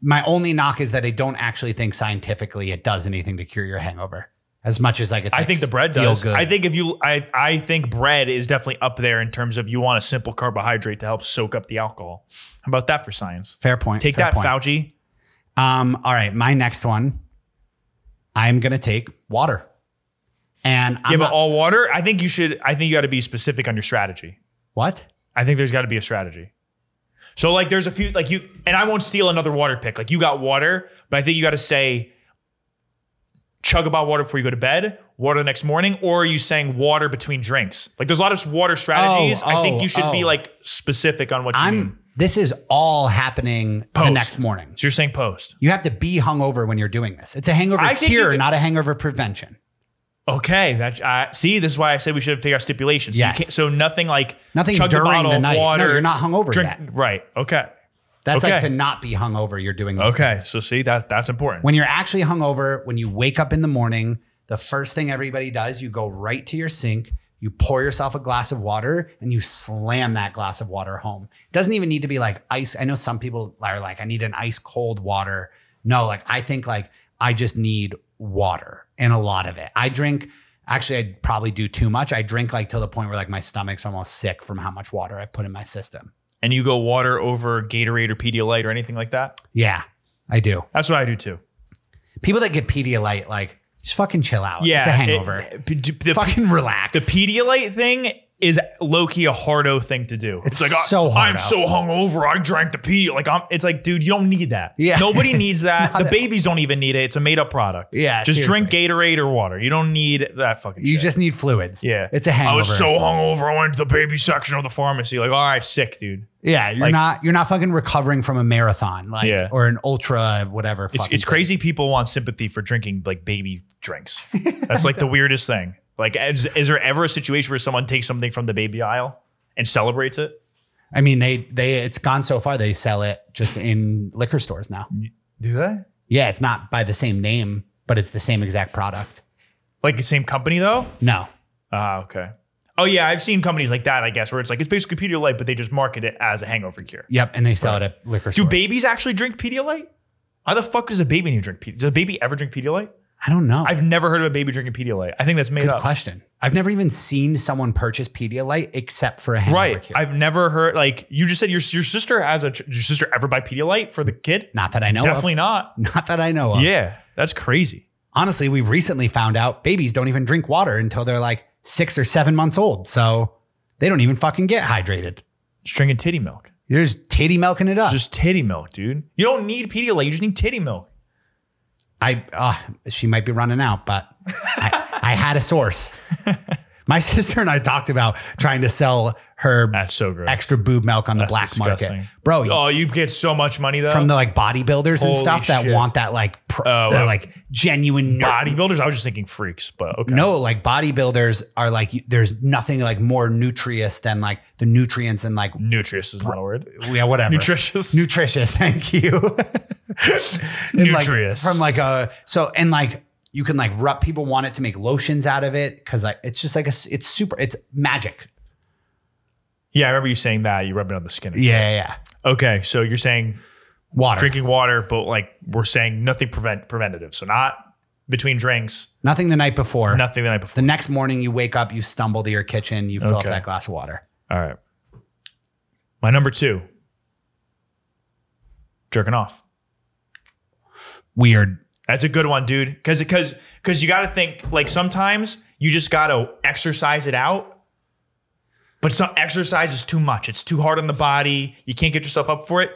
my only knock is that I don't actually think scientifically it does anything to cure your hangover as much as like it's. I like, think the bread feel does. good. I think if you, I, I think bread is definitely up there in terms of you want a simple carbohydrate to help soak up the alcohol. How about that for science? fair point. Take fair that, point. Fauci. Um, all right, my next one. I'm gonna take water, and I'm yeah, but not- all water. I think you should. I think you got to be specific on your strategy. what? I think there's got to be a strategy. So like, there's a few like you, and I won't steal another water pick. Like you got water, but I think you got to say chug about water before you go to bed, water the next morning, or are you saying water between drinks? Like there's a lot of water strategies. I think oh, you should be oh. like specific on what you mean. I'm. This is all happening the Mm. Post. next morning. So you're saying post. You have to be hungover when you're doing this. It's a hangover I think you cure, could- not a hangover prevention. Okay, that I see. This is why I said we should figure out stipulations. So, you Yes. can't- so nothing like Nothing chug a during bottle the of night. Water, no, you're not hungover drink. yet. Right. Okay. That's like okay. to not be hungover. You're doing this. Okay. So see that that's important. When you're actually hungover, when you wake up in the morning, the first thing everybody does, you go right to your sink, you pour yourself a glass of water, and you slam that glass of water home. Doesn't even need to be like ice. I know some people are like, I need an ice cold water. No, like I think like I just need water and a lot of it. I drink. Actually, I probably do too much. I drink like till the point where like my stomach's almost sick from how much water I put in my system. and you go water over Gatorade or Pedialyte or anything like that. Yeah, I do. That's what I do too. People that get Pedialyte, like just fucking chill out. Yeah, it's a hangover. it- p- d- the, fucking relax. the Pedialyte thing is low key a hardo thing to do. It's so I, I'm hardo. so hungover. I drank the Pedialyte. Like I'm. It's like, dude, you don't need that. Yeah. Nobody needs *laughs* that. Not the at- babies don't even need it. It's a made up product. Yeah, Just drink seriously. Gatorade or water. You don't need that fucking. You shit. just need fluids. Yeah. It's a hangover. I was so hungover. I went to the baby section of the pharmacy. Like, all right, sick, dude. yeah, you're like- not you're not fucking recovering from a marathon like Yeah. or an ultra whatever It's, fucking it's thing. crazy. People want sympathy for drinking like baby *laughs* drinks. That's like the weirdest thing. Like, is, is there ever a situation where someone takes something from the baby aisle and celebrates it? I mean, they they it's gone so far they sell it just in liquor stores now. Do they? Yeah, it's not by the same name, but it's the same exact product. Like the same company though? No. Ah, okay. Oh yeah, I've seen companies like that. I guess where it's like it's basically Pedialyte, but they just market it as a hangover cure. Yep, and they sell it at liquor Do stores. babies actually drink Pedialyte? How the fuck does a baby need to drink? Pedi- Does a baby ever drink Pedialyte? I don't know. I've never heard of a baby drinking Pedialyte. I think that's made Good up. question. I've never even seen someone purchase Pedialyte except for a hangover Right. cure. I've never heard like you just said your your sister has a your sister ever buy Pedialyte for the kid? not that I know Definitely of. *laughs* not. Not. that I know of. yeah, that's crazy. honestly, we recently found out babies don't even drink water until they're like six or seven months old. So they don't even fucking get hydrated. Just drinking titty milk. You're just titty milking it up. Just titty milk, dude. You don't need Pedialyte. You just need titty milk. I, ah, she might be running out, but I, I had a *laughs* source. My sister and I talked about trying to sell her That's so gross. extra boob milk on the That's black disgusting. market, bro. Oh, you get so much money though From the like bodybuilders and Holy stuff that shit. want that like pr- Oh, the, wow. like genuine nerd bodybuilders. I was just thinking freaks, but okay. No, like bodybuilders are like you- there's nothing like more nutritious than like the nutrients and like nutritious is not a word. yeah whatever Nutritious. nutritious. *laughs* Thank you. And, like, Nutritious. from like a so and like you can like rub. People want it to make lotions out of it because like it's just like a s- it's super it's magic. yeah, I remember you saying that. You rub it on the skin. Yeah, yeah, yeah. Okay, so you're saying Water. drinking water, but like we're saying nothing prevent preventative. So not between drinks, Nothing the night before. nothing the night before. The next morning you wake up, you stumble to your kitchen, you fill up Okay. that glass of water. All right. My number two, jerking off. Weird. That's a good one, dude. Because because because you got to think like sometimes you just got to exercise it out. But some exercise is too much. It's too hard on the body. You can't get yourself up for it.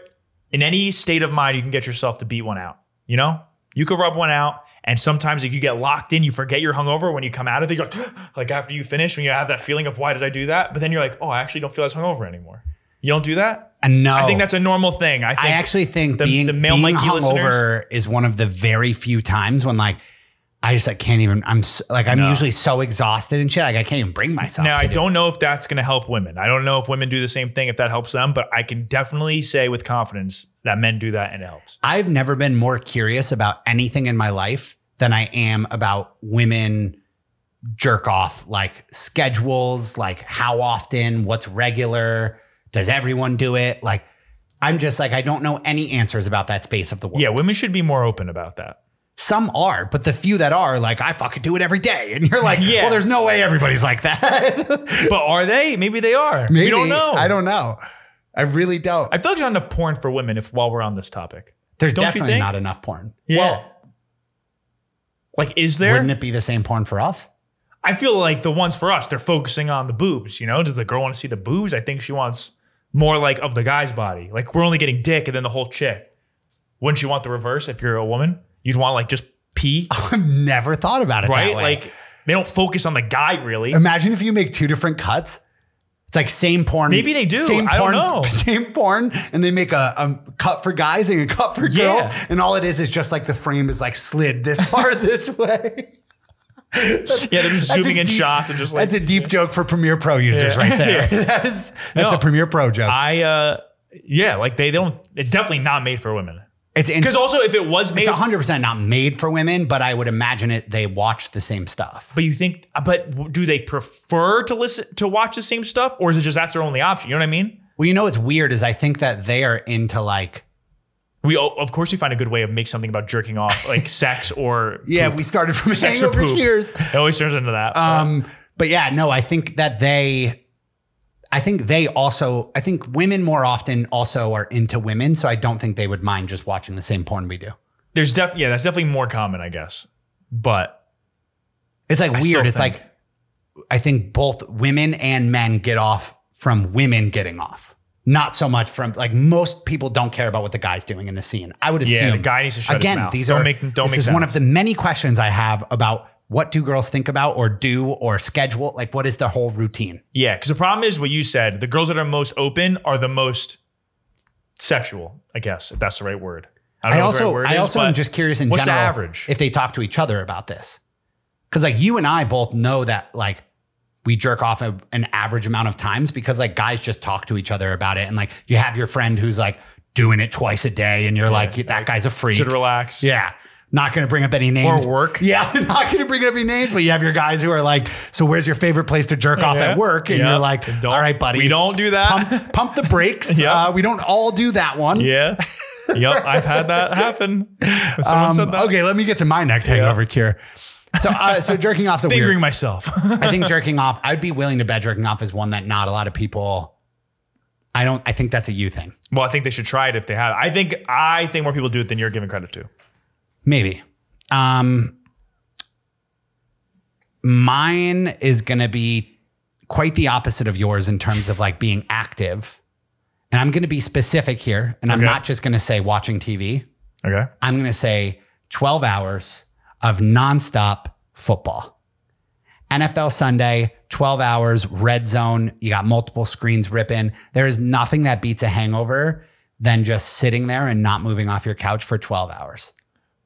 In any state of mind, you can get yourself to beat one out. You know, you could rub one out. And sometimes if you get locked in, you forget you're hungover. When you come out of it, you're like, *gasps* like after you finish, when you have that feeling of why did I do that? But then you're like, oh, I actually don't feel as hungover anymore. You don't do that. And no, I think that's a normal thing. I think I Oh. actually think the- being, the male being Mikey hungover is one of the very few times when like I just like can't even. I'm s like I'm No. usually so exhausted and shit. Like I can't even bring myself. Now, to I do don't know if that's going to help women. I don't know if women do the same thing, if that helps them, but I can definitely say with confidence that men do that and it helps. I've never been more curious about anything in my life than I am about women jerk off, like schedules, like how often, what's regular, does everyone do it? Like, I'm just like, I don't know any answers about that space of the world. Yeah, women should be more open about that. Some are, but the few that are, like, I fucking do it every day. And you're like, Yeah. well, there's no way everybody's like that. But are they? Maybe they are. *laughs* we don't know. I don't know. I really don't. I feel like there's not enough porn for women if while we're on this topic. there's don't you definitely think? not enough porn. Well, like, is there? Wouldn't it be the same porn for us? I feel like the ones for us, they're focusing on the boobs. You know, does the girl want to see the boobs? I think she wants more like of the guy's body. Like we're only getting dick and then the whole chick. Wouldn't you want the reverse if you're a woman? You'd want like just pee, I've never thought about it right? that way. Like they don't focus on the guy really. imagine if you make two different cuts. It's like same porn. Maybe they do. Same I porn, don't know. *laughs* Same porn, and they make a, a cut for guys and a cut for girls, Yeah. and all it is is just like the frame is like slid *laughs* this far this way. Yeah, they're just That's a zooming in deep- shots and just like That's a deep joke for Premiere Pro users *laughs* Yeah. right there. *laughs* That's that's a No. Premiere Pro joke. I uh yeah, like they don't it's definitely not made for women. it's in, Because also if it was made it's hundred percent not made for women, but I would imagine it. They watch the same stuff. but you think but do they prefer to listen to watch the same stuff or is it just that's their only option? You know what I mean? Well, you know what's weird is I think that they are into like We o- of course we find a good way of make something about *laughs* jerking off, like sex or yeah. We started from Sex sex or over poop. years. It always turns into that. Um, but yeah, no, I think that they, I think they also, I think women more often also are into women. So I don't think they would mind just watching the same porn we do. There's def yeah, that's definitely more common, I guess. But It's like still weird. It's think- like, I think both women and men get off from women getting off. Not so much from like most people don't care about what the guy's doing in the scene. I would assume yeah, the guy needs to shut again. his mouth. These don't are make don't this make is sense. one of the many questions I have about what do girls think about or do or schedule. Like, what is their whole routine? yeah, because the problem is what you said. The girls that are most open are the most sexual, I guess if that's the right word. don't I know what also, the right word I is, also but am just curious in what's the general average? if they talk to each other about this, because like you and I both know that like we jerk off a, an average amount of times because like guys just talk to each other about it, and like you have your friend who's like doing it twice a day, and you're like that guy's a freak. should relax. Yeah, not going to bring up any names. or work. Yeah, *laughs* I'm not going to bring up any names, but you have your guys who are like, so where's your favorite place to jerk off Yeah. at work? And Yeah. you're like, Don't- all right, buddy, We don't do that. pump, pump the brakes. Yeah. uh, we don't all do that one. *laughs* yeah. yep, I've *laughs* had that happen. Someone Um, said that. Okay, let me get to my next hangover cure. So, uh, *laughs* so jerking off's a Fingering weird. myself. *laughs* I think jerking off. I'd be willing to bet jerking off is one that not a lot of people. I don't. I think that's a you thing. Well, I think they should try it if they have. I think I think more people do it than you're giving credit to. Maybe. Um, mine is going to be quite the opposite of yours in terms of like being active. And I'm going to be specific here, and I'm Okay. not just going to say watching TV. Okay. I'm going to say 12 hours of nonstop football. NFL Sunday, 12 hours, red zone. You got multiple screens ripping. There is nothing that beats a hangover than just sitting there and not moving off your couch for 12 hours.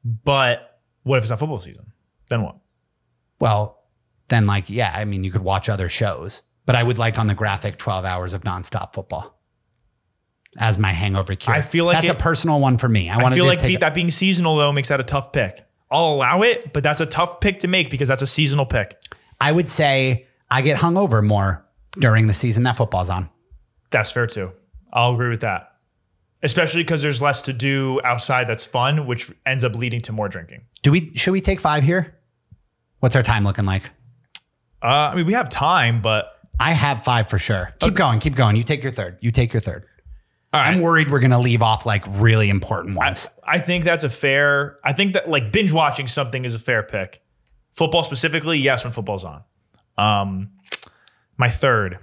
But what if it's not football season? Then what? Well, then, like, yeah, I mean, you could watch other shows, but I would like on the graphic 12 hours of nonstop football as my hangover cure. I feel like that's it- a personal one for me. I, I wanted feel to like take be- that being seasonal though makes that a tough pick. I'll allow it, but that's a tough pick to make because that's a seasonal pick. I would say I get hungover more during the season that football's on. That's fair too. I'll agree with that. Especially because there's less to do outside that's fun, which ends up leading to more drinking. Do we should we take five here? What's our time looking like? Uh, I mean, we have time, but I have five for sure. Keep going, keep going. You take your third. You take your third. all right. I'm worried we're gonna leave off like really important ones. I think that's a fair. I think that like binge watching something is a fair pick. Football specifically, yes, when football's on. Um, my third.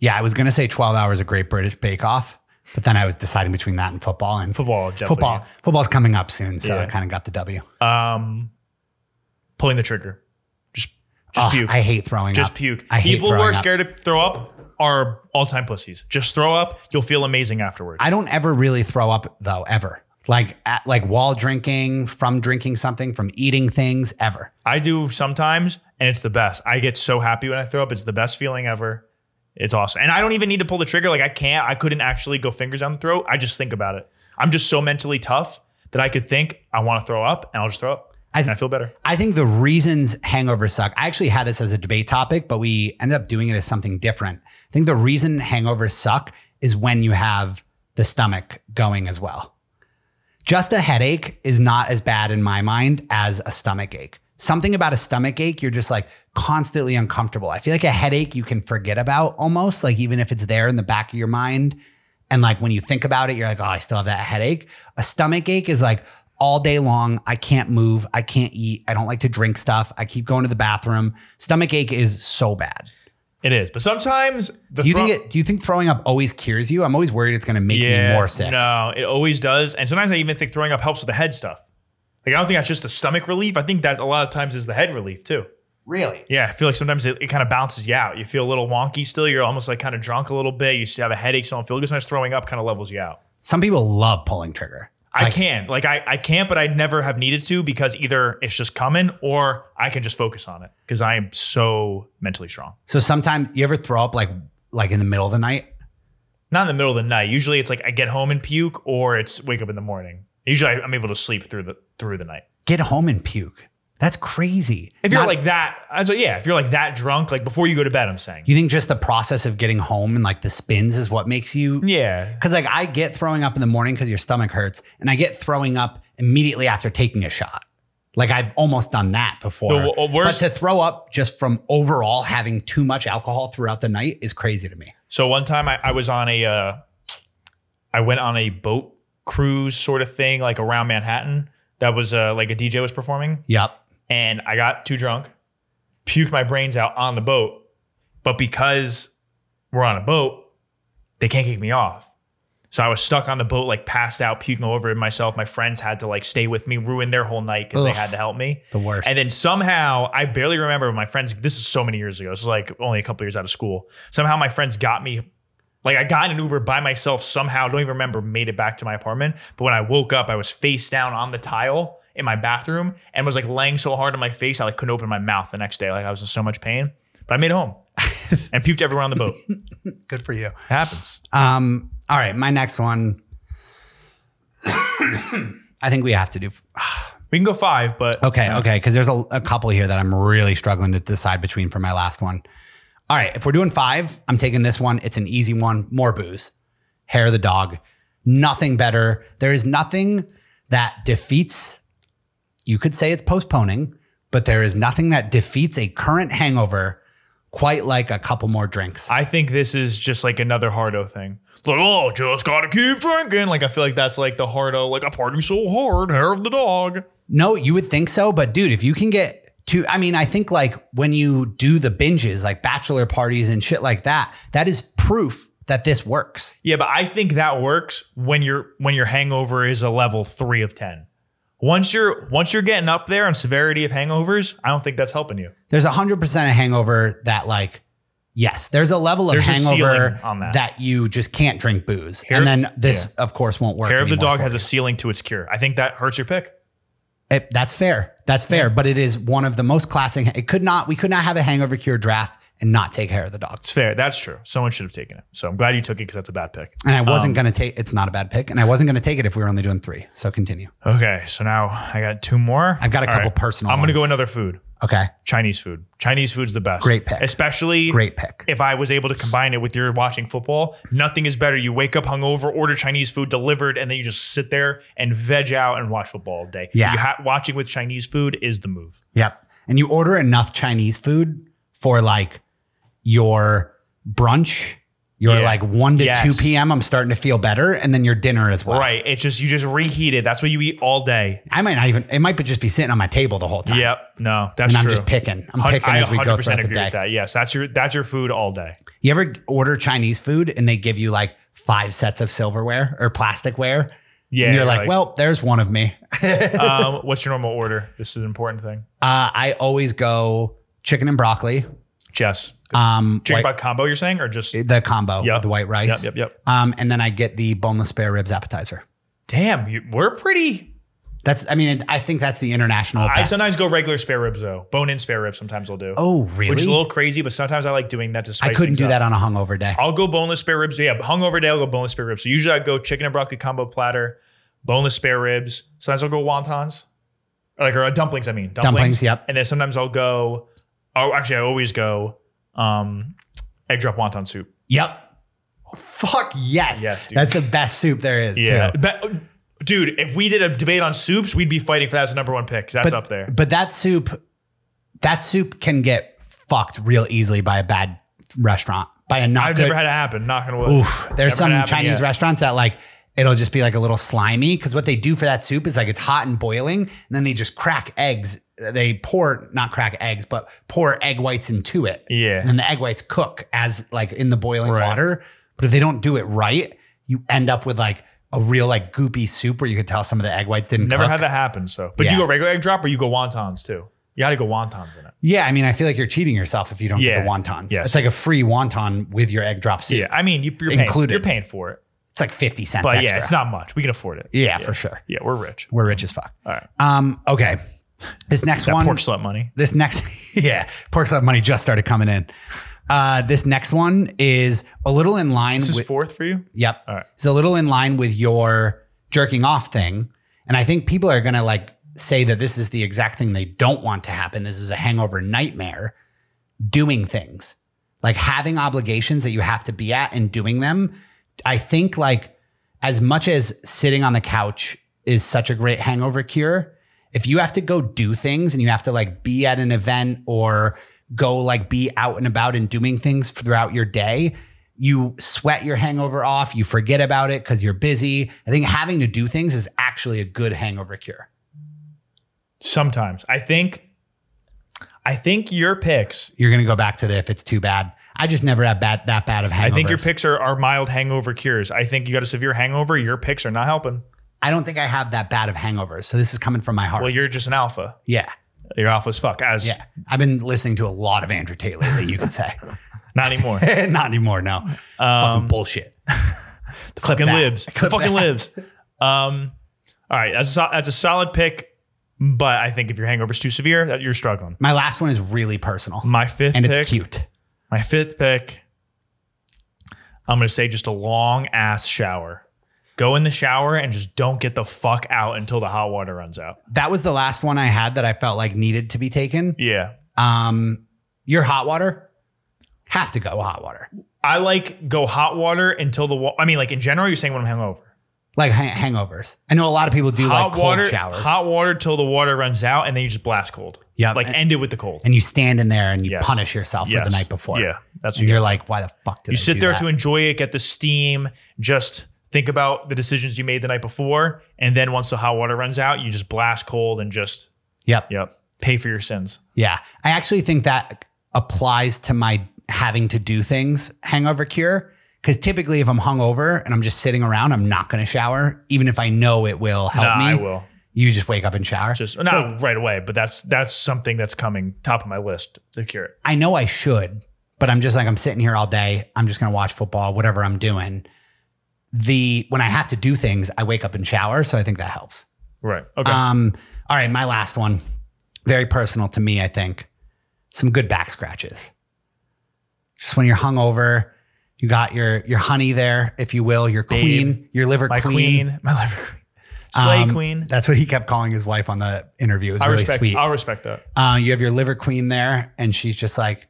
yeah, I was gonna say 12 hours of Great British Bake Off, but then I was deciding between that and football and Football, definitely. football. Football's coming up soon, so Yeah. I kind of got the W. Um, pulling the trigger. Just, just Ugh, puke. Ah, I hate throwing just up. puke. I hate People who are throwing up. scared to throw up are all time pussies. Just throw up. You'll feel amazing afterward. I don't ever really throw up though, ever. like at, like while drinking, from drinking something, from eating things ever. I do sometimes, and it's the best. I get so happy when I throw up. It's the best feeling ever. It's awesome. And I don't even need to pull the trigger. Like I can't, I couldn't actually go fingers down the throat. I just think about it. I'm just so mentally tough that I could think I want to throw up and I'll just throw up. I- and I feel better. I think the reasons hangovers suck. I actually had this as a debate topic, but we ended up doing it as something different. I think the reason hangovers suck is when you have the stomach going as well. Just a headache is not as bad in my mind as a stomach ache. Something about a stomach ache, you're just like constantly uncomfortable. I feel like a headache you can forget about almost, like even if it's there in the back of your mind. And like when you think about it, you're like, oh, I still have that headache. A stomach ache is like all day long. I can't move. I can't eat. I don't like to drink stuff. I keep going to the bathroom. Stomach ache is so bad. It is. But sometimes the Do you think throw- it? Do you think throwing up always cures you? I'm always worried it's going to make me more sick. No, it always does. And sometimes I even think throwing up helps with the head stuff. Like I don't think that's just the stomach relief. I think that a lot of times is the head relief too. Really? Yeah, I feel like sometimes it, it kind of bounces you out. You feel a little wonky still. You're almost like kind of drunk a little bit. You still have a headache, so I don't feel good. Sometimes throwing up kind of levels you out. Some people love pulling trigger. I Like, can. Like I, I can't, but I never have needed to because either it's just coming or I can just focus on it because I am so mentally strong. So sometimes you ever throw up like like in the middle of the night. Not in the middle of the night. Usually it's like I get home and puke or it's wake up in the morning. Usually I- I'm able to sleep through the through the night. Get home and puke. That's crazy. If you're Not- like that, I was like, yeah, if you're like that drunk, like before you go to bed, I'm saying. you think just the process of getting home and like the spins is what makes you Yeah. Because like I get throwing up in the morning because your stomach hurts, and I get throwing up immediately after taking a shot. Like I've almost done that before. The w- uh, worst- but to throw up just from overall having too much alcohol throughout the night is crazy to me. So one time I, I was on a, uh, I went on a boat cruise sort of thing, like around Manhattan. That was uh, like a DJ was performing. Yep. and I got too drunk, puked my brains out on the boat. But because we're on a boat, they can't kick me off. So I was stuck on the boat, like passed out, puking all over myself. My friends had to like stay with me, ruin their whole night because they Ugh. had to help me. The worst. And then somehow I barely remember my friends. This is so many years ago. This is like only a couple years out of school. Somehow my friends got me. Like I got in an Uber by myself somehow. Don't even remember. Made it back to my apartment. But when I woke up, I was face down on the tile in my bathroom and was like laying so hard on my face I like couldn't open my mouth the next day. Like I was in so much pain. But I made it home and puked everywhere on the boat. It Good for you. happens. Um. All right. My next one. *coughs* I think we have to do. We can go five, but Okay. Okay. Because there's a, a couple here that I'm really struggling to decide between for my last one. All right. If we're doing five, I'm taking this one. It's an easy one. More booze. Hair of the dog. Nothing better. There is nothing that defeats, you could say it's postponing, but there is nothing that defeats a current hangover quite like a couple more drinks. I think this is just like another Hardo thing. Like, oh, just gotta keep drinking. Like, I feel like that's like the Hardo, like, I party so hard, hair of the dog. No, you would think so, but dude, if you can get to, I mean, I think like when you do the binges, like bachelor parties and shit like that, that is proof that this works. Yeah, but I think that works when your when your hangover is a level three of ten. Once you're once you're getting up there on severity of hangovers, I don't think that's helping you. There's a hundred percent a hangover that like, yes, there's a level of There's a hangover ceiling on that. you just can't drink booze, Hair- and then this, of course, won't work. Hair of the anymore dog for has you. a ceiling to its cure. I think that hurts your pick. It- that's fair. That's fair, but it is one of the most classic. It could not. We could not have a hangover cure draft and not take hair of the dog. It's fair. That's true. Someone should have taken it. So I'm glad you took it because that's a bad pick. And I Um, wasn't gonna take. It's not a bad pick, and I wasn't gonna take it if we were only doing three. So continue. Okay, so now I got two more. I've got a All couple personal I'm gonna go ones. another food. Okay, Chinese food. Chinese food's the best. Great pick. Especially great pick. if I was able to combine it with your watching football, nothing is better. You wake up hungover, order Chinese food delivered, and then you just sit there and veg out and watch football all day. Yeah. You ha- watching with Chinese food is the move. Yep. And you order enough Chinese food for like your brunch, your Yeah. like 1 to Yes. 2 p.m. I'm starting to feel better. And then your dinner as well. Right. It's just, you just reheat it. That's what you eat all day. I might not even, it might be just be sitting on my table the whole time. Yep. No, that's And I'm true. just picking. I'm Hun- picking I as we go throughout 100% the agree day. with that. Yes. That's your, that's your food *laughs* all day. You ever order Chinese food and they give you like five sets of silverware or plasticware? Yeah. and you're like, well, there's one of me. *laughs* um, what's your normal order? This is an important thing. Uh, I always go chicken and broccoli. Jess, Um, chicken white- pot combo, you're saying, or just, the combo Yep. with the white yep, rice. yep, yep. Um, and then I get the boneless spare ribs appetizer. Damn, you, we're pretty. That's, I mean, I think that's the international I best. sometimes go regular spare ribs though, bone in spare ribs. Sometimes I'll do. oh, really? Which is a little crazy, but sometimes I like doing that to spice. I couldn't things do up. that on a hungover day. I'll go boneless spare ribs. Yeah, hungover day, I'll go boneless spare ribs. So usually I go chicken and broccoli combo platter, boneless spare ribs. Sometimes I'll go wontons, or like or uh, dumplings. I mean dumplings. Dumplings, yep. And then sometimes I'll go. Oh, actually, I always go um, egg drop wonton soup. Yep. Fuck yes. Yes, dude. That's the best soup there is. Yeah, too. But, uh, dude, if we did a debate on soups, we'd be fighting for that as the number one pick. 'cause That's But- up there. But that soup, that soup can get fucked real easily by a bad restaurant, by a not I've good. never had it happen. Not gonna. wood. oof. There's never had some it happen Chinese yet. restaurants that like it'll just be like a little slimy because what they do for that soup is like it's hot and boiling, and then they just crack eggs. They pour not crack eggs, but pour egg whites into it. Yeah. and then the egg whites cook as like in the boiling Right. water. But if they don't do it right, you end up with like a real like goopy soup where you could tell some of the egg whites didn't Never cook. had that happen. So, but do you Yeah. go regular egg drop or you go wontons too? You got to go wontons in it. Yeah, I mean, I feel like you're cheating yourself if you don't Yeah. get the wontons. Yes. It's like a free wonton with your egg drop soup. Yeah, I mean you, you're paying, Included. You're paying for it, It's like 50 cents but extra. yeah, it's not much. We can afford it. Yeah, for sure. Yeah, we're rich. We're rich as fuck. All right, Um, okay. This next that one pork slut money. this next *laughs* yeah, pork slap money just started coming in. Uh, this next one is a little in line This is with fourth for you. Yep. All right. It's a little in line with your jerking off thing. And I think people are going to like say that this is the exact thing they don't want to happen. This is a hangover nightmare doing things like having obligations that you have to be at and doing them. I think like as much as sitting on the couch is such a great hangover cure, if you have to go do things and you have to like be at an event or go like be out and about and doing things throughout your day, you sweat your hangover off, you forget about it because you're busy. I think having to do things is actually a good hangover cure. Sometimes I think, I think your picks. You're gonna go back to the if it's too bad. I just never have bad that bad of hangovers. I think your picks are, are mild hangover cures. I think you got a severe hangover. Your picks are not helping. I don't think I have that bad of hangovers. So this is coming from my heart. Well, you're just an alpha. yeah. You're alpha as fuck. As Yeah. I've been listening to a lot of Andrew Tate lately, you could say. *laughs* not anymore. Not anymore, no. Fucking bullshit. *laughs* The Um, fucking that. libs. The Clip fucking that. libs. Um, all right, that's a, so- that's a solid pick, but I think if your hangover's too severe, that you're struggling. My last one is really personal. My fifth and pick, it's cute. My fifth pick. I'm gonna say just a long ass shower. Go in the shower and just don't get the fuck out until the hot water runs out. That was the last one I had that I felt like needed to be taken. Yeah. Um, your hot water have to go hot water, I like go hot water until the wa- I mean, like in general, you're saying when I'm hungover. like hang- hangovers. I know a lot of people do hot like cold water, showers, hot water till the water runs out, and then you just blast cold. Yep. Like end it with the cold. and you stand in there and you Yes. punish yourself Yes. for the night before. Yeah. That's what and you you're like, why the fuck did I You sit do there that? to enjoy it, get the steam, just think about the decisions you made the night before. And then once the hot water runs out, you just blast cold and just, Yep. yep, pay for your sins. Yeah. I actually think that applies to my having to do things hangover cure. Because typically, if I'm hungover and I'm just sitting around, I'm not going to shower, even if I know it will help nah, me. I will. You just wake up and shower. Just not right away, but that's that's something that's coming top of my list to cure it. I know I should, but I'm just like I'm sitting here all day. I'm just gonna watch football, whatever I'm doing. The when I have to do things, I wake up and shower, so I think that helps. Right. Okay. Um, all right, my last one, very personal to me, I think. Some good back scratches. Just when you're hungover, you got your your honey there, if you will, your Babe. queen, your liver my queen. queen. *laughs* my liver queen, slay Um, queen. That's what he kept calling his wife on the interview. It was I really respect. sweet. I'll respect that. Uh, you have your liver queen there, and she's just like,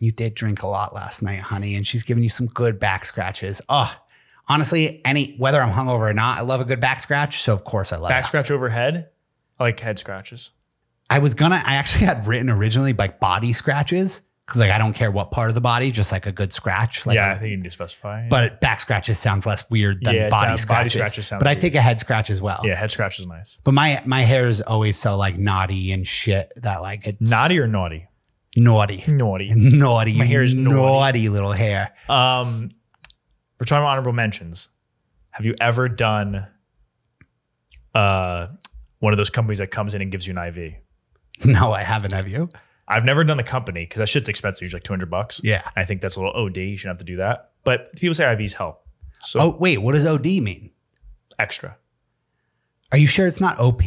"You did drink a lot last night, honey," and she's giving you some good back scratches. Oh, honestly, any whether I'm hungover or not, I love a good back scratch. So of course I love Back it. scratch over head. I like head scratches. I was gonna. I actually had written originally like body scratches because like I don't care what part of the body, just like a good scratch. Like, yeah, I think you need to specify. But back scratches sounds less weird than Yeah, it body sounds- body scratches. scratches sound but I weird. take a head scratch as well. yeah, head scratch is nice. But my my hair is always so like knotty and shit that like it's Naughty or naughty? naughty, *laughs* Naughty. naughty. My hair is naughty. naughty little hair. *laughs* Um, we're talking about honorable mentions. Have you ever done uh, one of those companies that comes in and gives you an IV? No, I haven't. Have you? I've never done the company because that shit's expensive. Usually like 200 bucks. Yeah. I think that's a little OD. You shouldn't have to do that. But people say IVs help. So Oh, wait. What does OD mean? extra. Are you sure it's not OP?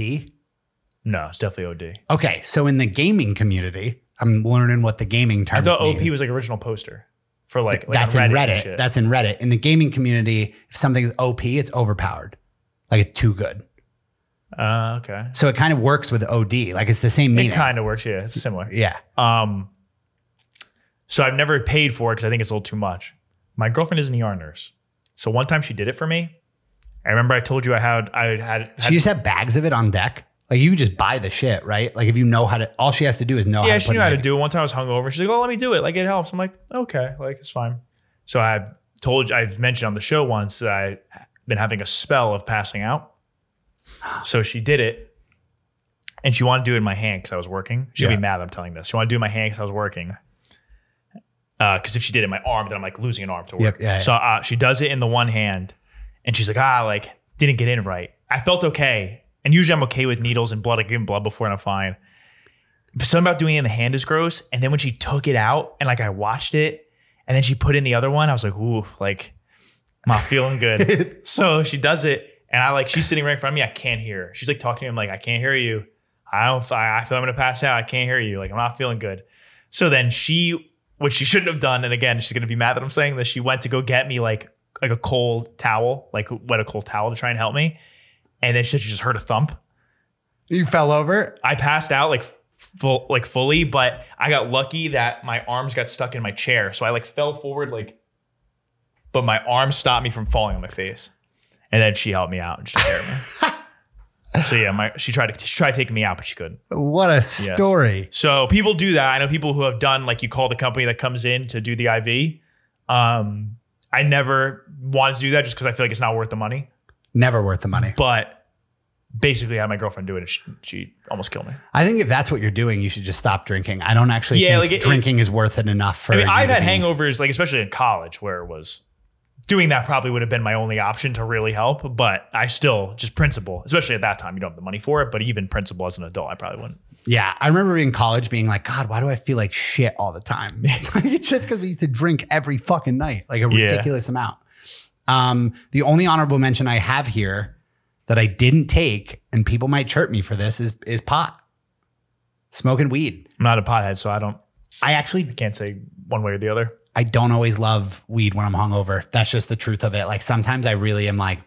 No, it's definitely OD. Okay, so in the gaming community, I'm learning what the gaming I terms thought OP mean. was like original poster for like, like That's Reddit in and Reddit. shit. That's in Reddit. In the gaming community, if something's OP, it's overpowered. Like it's too good. uh, okay. So it kind of works with OD. Like it's the same meaning. It kind of works. Yeah, it's similar. yeah. Um, so I've never paid for it because I think it's a little too much. My girlfriend is an ER nurse, so one time she did it for me. I remember I told you I had I had, had She just had bags of it on deck. Like you just buy the shit, right? Like if you know how to, all she has to do is know. yeah how to she put knew it how to in. do it. One time I was hungover. She's like, "Oh, let me do it. Like it helps." I'm like, "Okay, like it's fine." So I've told you I've mentioned on the show once that I've been having a spell of passing out. So she did it. And she wanted to do it in my hand because I was working. She'll Yeah. be mad I'm telling this. She wanted to do it in my hand because I was working. Because if she did it in my arm, then I'm like losing an arm to work. Yep, yeah, so uh, she does it in the one hand, and she's like, ah, like didn't get in right. I felt okay, and usually I'm okay with needles and blood. I give blood before, and I'm fine. But something about doing it in the hand is gross. And then when she took it out, and like I watched it, and then she put in the other one, I was like, ooh, like I'm not feeling good. so she does it, and I like she's sitting right in front of me. I can't hear. her. She's like talking to me. I'm like, I can't hear you. I don't. I I feel I'm gonna pass out. I can't hear you. Like I'm not feeling good. So then she, which she shouldn't have done, and again she's gonna be mad that I'm saying this. She went to go get me like like a cold towel, like wet a cold towel to try and help me. And then she said she just heard a thump. You fell over. I passed out like full, like fully, but I got lucky that my arms got stuck in my chair, so I like fell forward like, but my arms stopped me from falling on my face. And then she helped me out and she took care of me. So yeah, my she tried to she tried taking me out, but she couldn't. What a story. So people do that. I know people who have done like you call the company that comes in to do the IV. Um, I never wanted to do that just because I feel like it's not worth the money. Never worth the money. But basically, I had my girlfriend do it, and she, she almost killed me. I think if that's what you're doing, you should just stop drinking. I don't actually Yeah, think like, it- drinking is worth it enough for. I mean, you I've to had be- hangovers, like especially in college, where it was doing that probably would have been my only option to really help. But I still just principle, especially at that time, you don't have the money for it. But even principle as an adult, I probably wouldn't. Yeah, I remember in college being like, God, why do I feel like shit all the time? *laughs* Like, it's just because we used to drink every fucking night, like a Yeah. ridiculous amount. Um, the only honorable mention I have here that I didn't take, and people might chirp me for this, is is pot, smoking weed. I'm not a pothead, so I don't I actually can't say one way or the other. I don't always love weed when I'm hungover. That's just the truth of it. Like sometimes I really am like,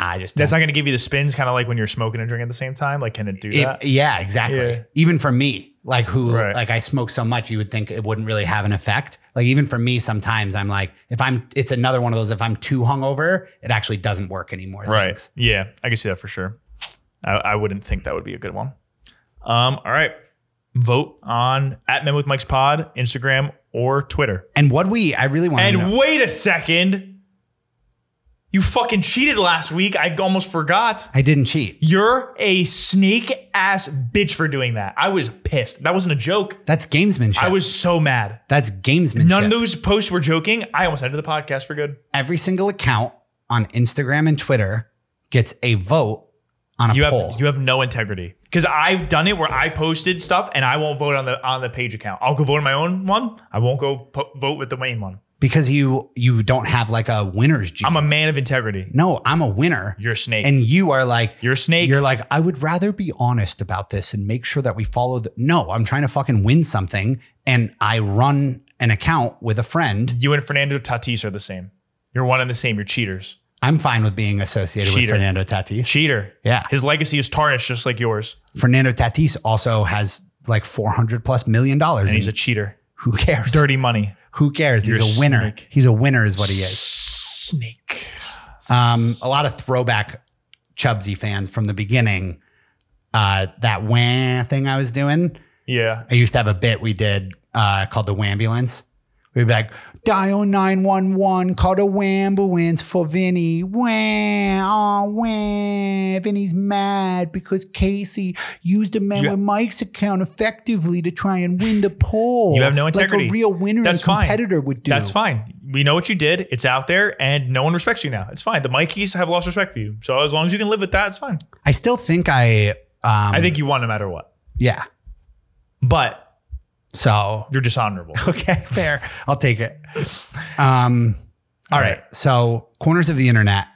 I just That's don't not going to give you the spins, kind of like when you're smoking and drinking at the same time. Like, can it do It- that? yeah, exactly. Yeah. Even for me, like who, Right. like I smoke so much, you would think it wouldn't really have an effect. Like even for me, sometimes I'm like, if I'm, it's another one of those. If I'm too hungover, it actually doesn't work anymore. Thanks. Yeah, I can see that for sure. I, I wouldn't think that would be a good one. Um. All right. Vote on at Men with Mike's Pod, Instagram or Twitter. And what we, I really want to And know. wait a second. You fucking cheated last week. I almost forgot. I didn't cheat. You're a snake ass bitch for doing that. I was pissed. That wasn't a joke. That's gamesmanship. I was so mad. That's gamesmanship. None of those posts were joking. I almost ended the podcast for good. Every single account on Instagram and Twitter gets a vote on a You poll. have you have no integrity. Because I've done it where I posted stuff and I won't vote on the on the page account. I'll go vote on my own one. I won't go po- vote with the main one. because you, you don't have like a winner's gene. I'm a man of integrity. no, I'm a winner. You're a snake. and you are like, You're a snake. You're like, I would rather be honest about this and make sure that we follow the. No, I'm trying to fucking win something. And I run an account with a friend. you and Fernando Tatis are the same. You're one and the same. You're cheaters. I'm fine with being associated with Cheater. Fernando Tatis. Cheater. Yeah. His legacy is tarnished just like yours. Fernando Tatis also has like 400 plus million dollars. And he's a and cheater. who cares? Dirty money. Who cares? You're He's a a winner. snake. He's a winner, is what he is. Snake. Um, a lot of throwback Chubsy fans from the beginning. Uh, that wah thing I was doing. Yeah. I used to have a bit we did uh, called the Wambulance. We'd be like, dial 911, call the Wambulance for Vinny. Wah, oh, wah. Vinny's mad because Casey used a man You- with Mike's account effectively to try and win the poll. You have no integrity. Like a real winner That's and fine. competitor would do. That's fine. We know what you did. It's out there and no one respects you now. It's fine. The Mikeys have lost respect for you. So as long as you can live with that, it's fine. I still think I, um, I think you won no matter what. yeah. But So, you're *laughs* dishonorable. okay, fair. I'll take it. Um, all right. So, corners of the internet.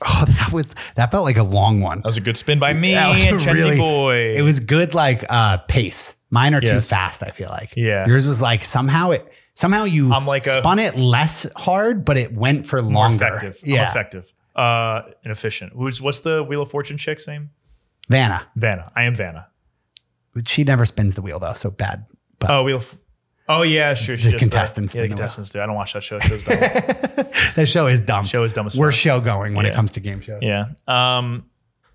Oh, that was that felt like a long one. That was a good spin by me That was and Chenzy really- boy. It was good like uh pace. Mine are too Yes. fast, I feel like. Yeah. Yours was like somehow it somehow you I'm like a- spun it less hard, but it went for more longer. effective. Yeah. I'm effective. Uh, and efficient. Who's what's the Wheel of Fortune chick's name? Vanna. Vanna. I am Vanna. She never spins the wheel though, so bad. But Oh, Wheel. Of, oh yeah, sure. she's just contestants Uh, spin yeah, the the wheel. contestants do. I don't watch that show. Show's *laughs* dumb. that show is dumb. show is dumb as We're fuck. show going when it Yeah. comes to game shows. Yeah. Um,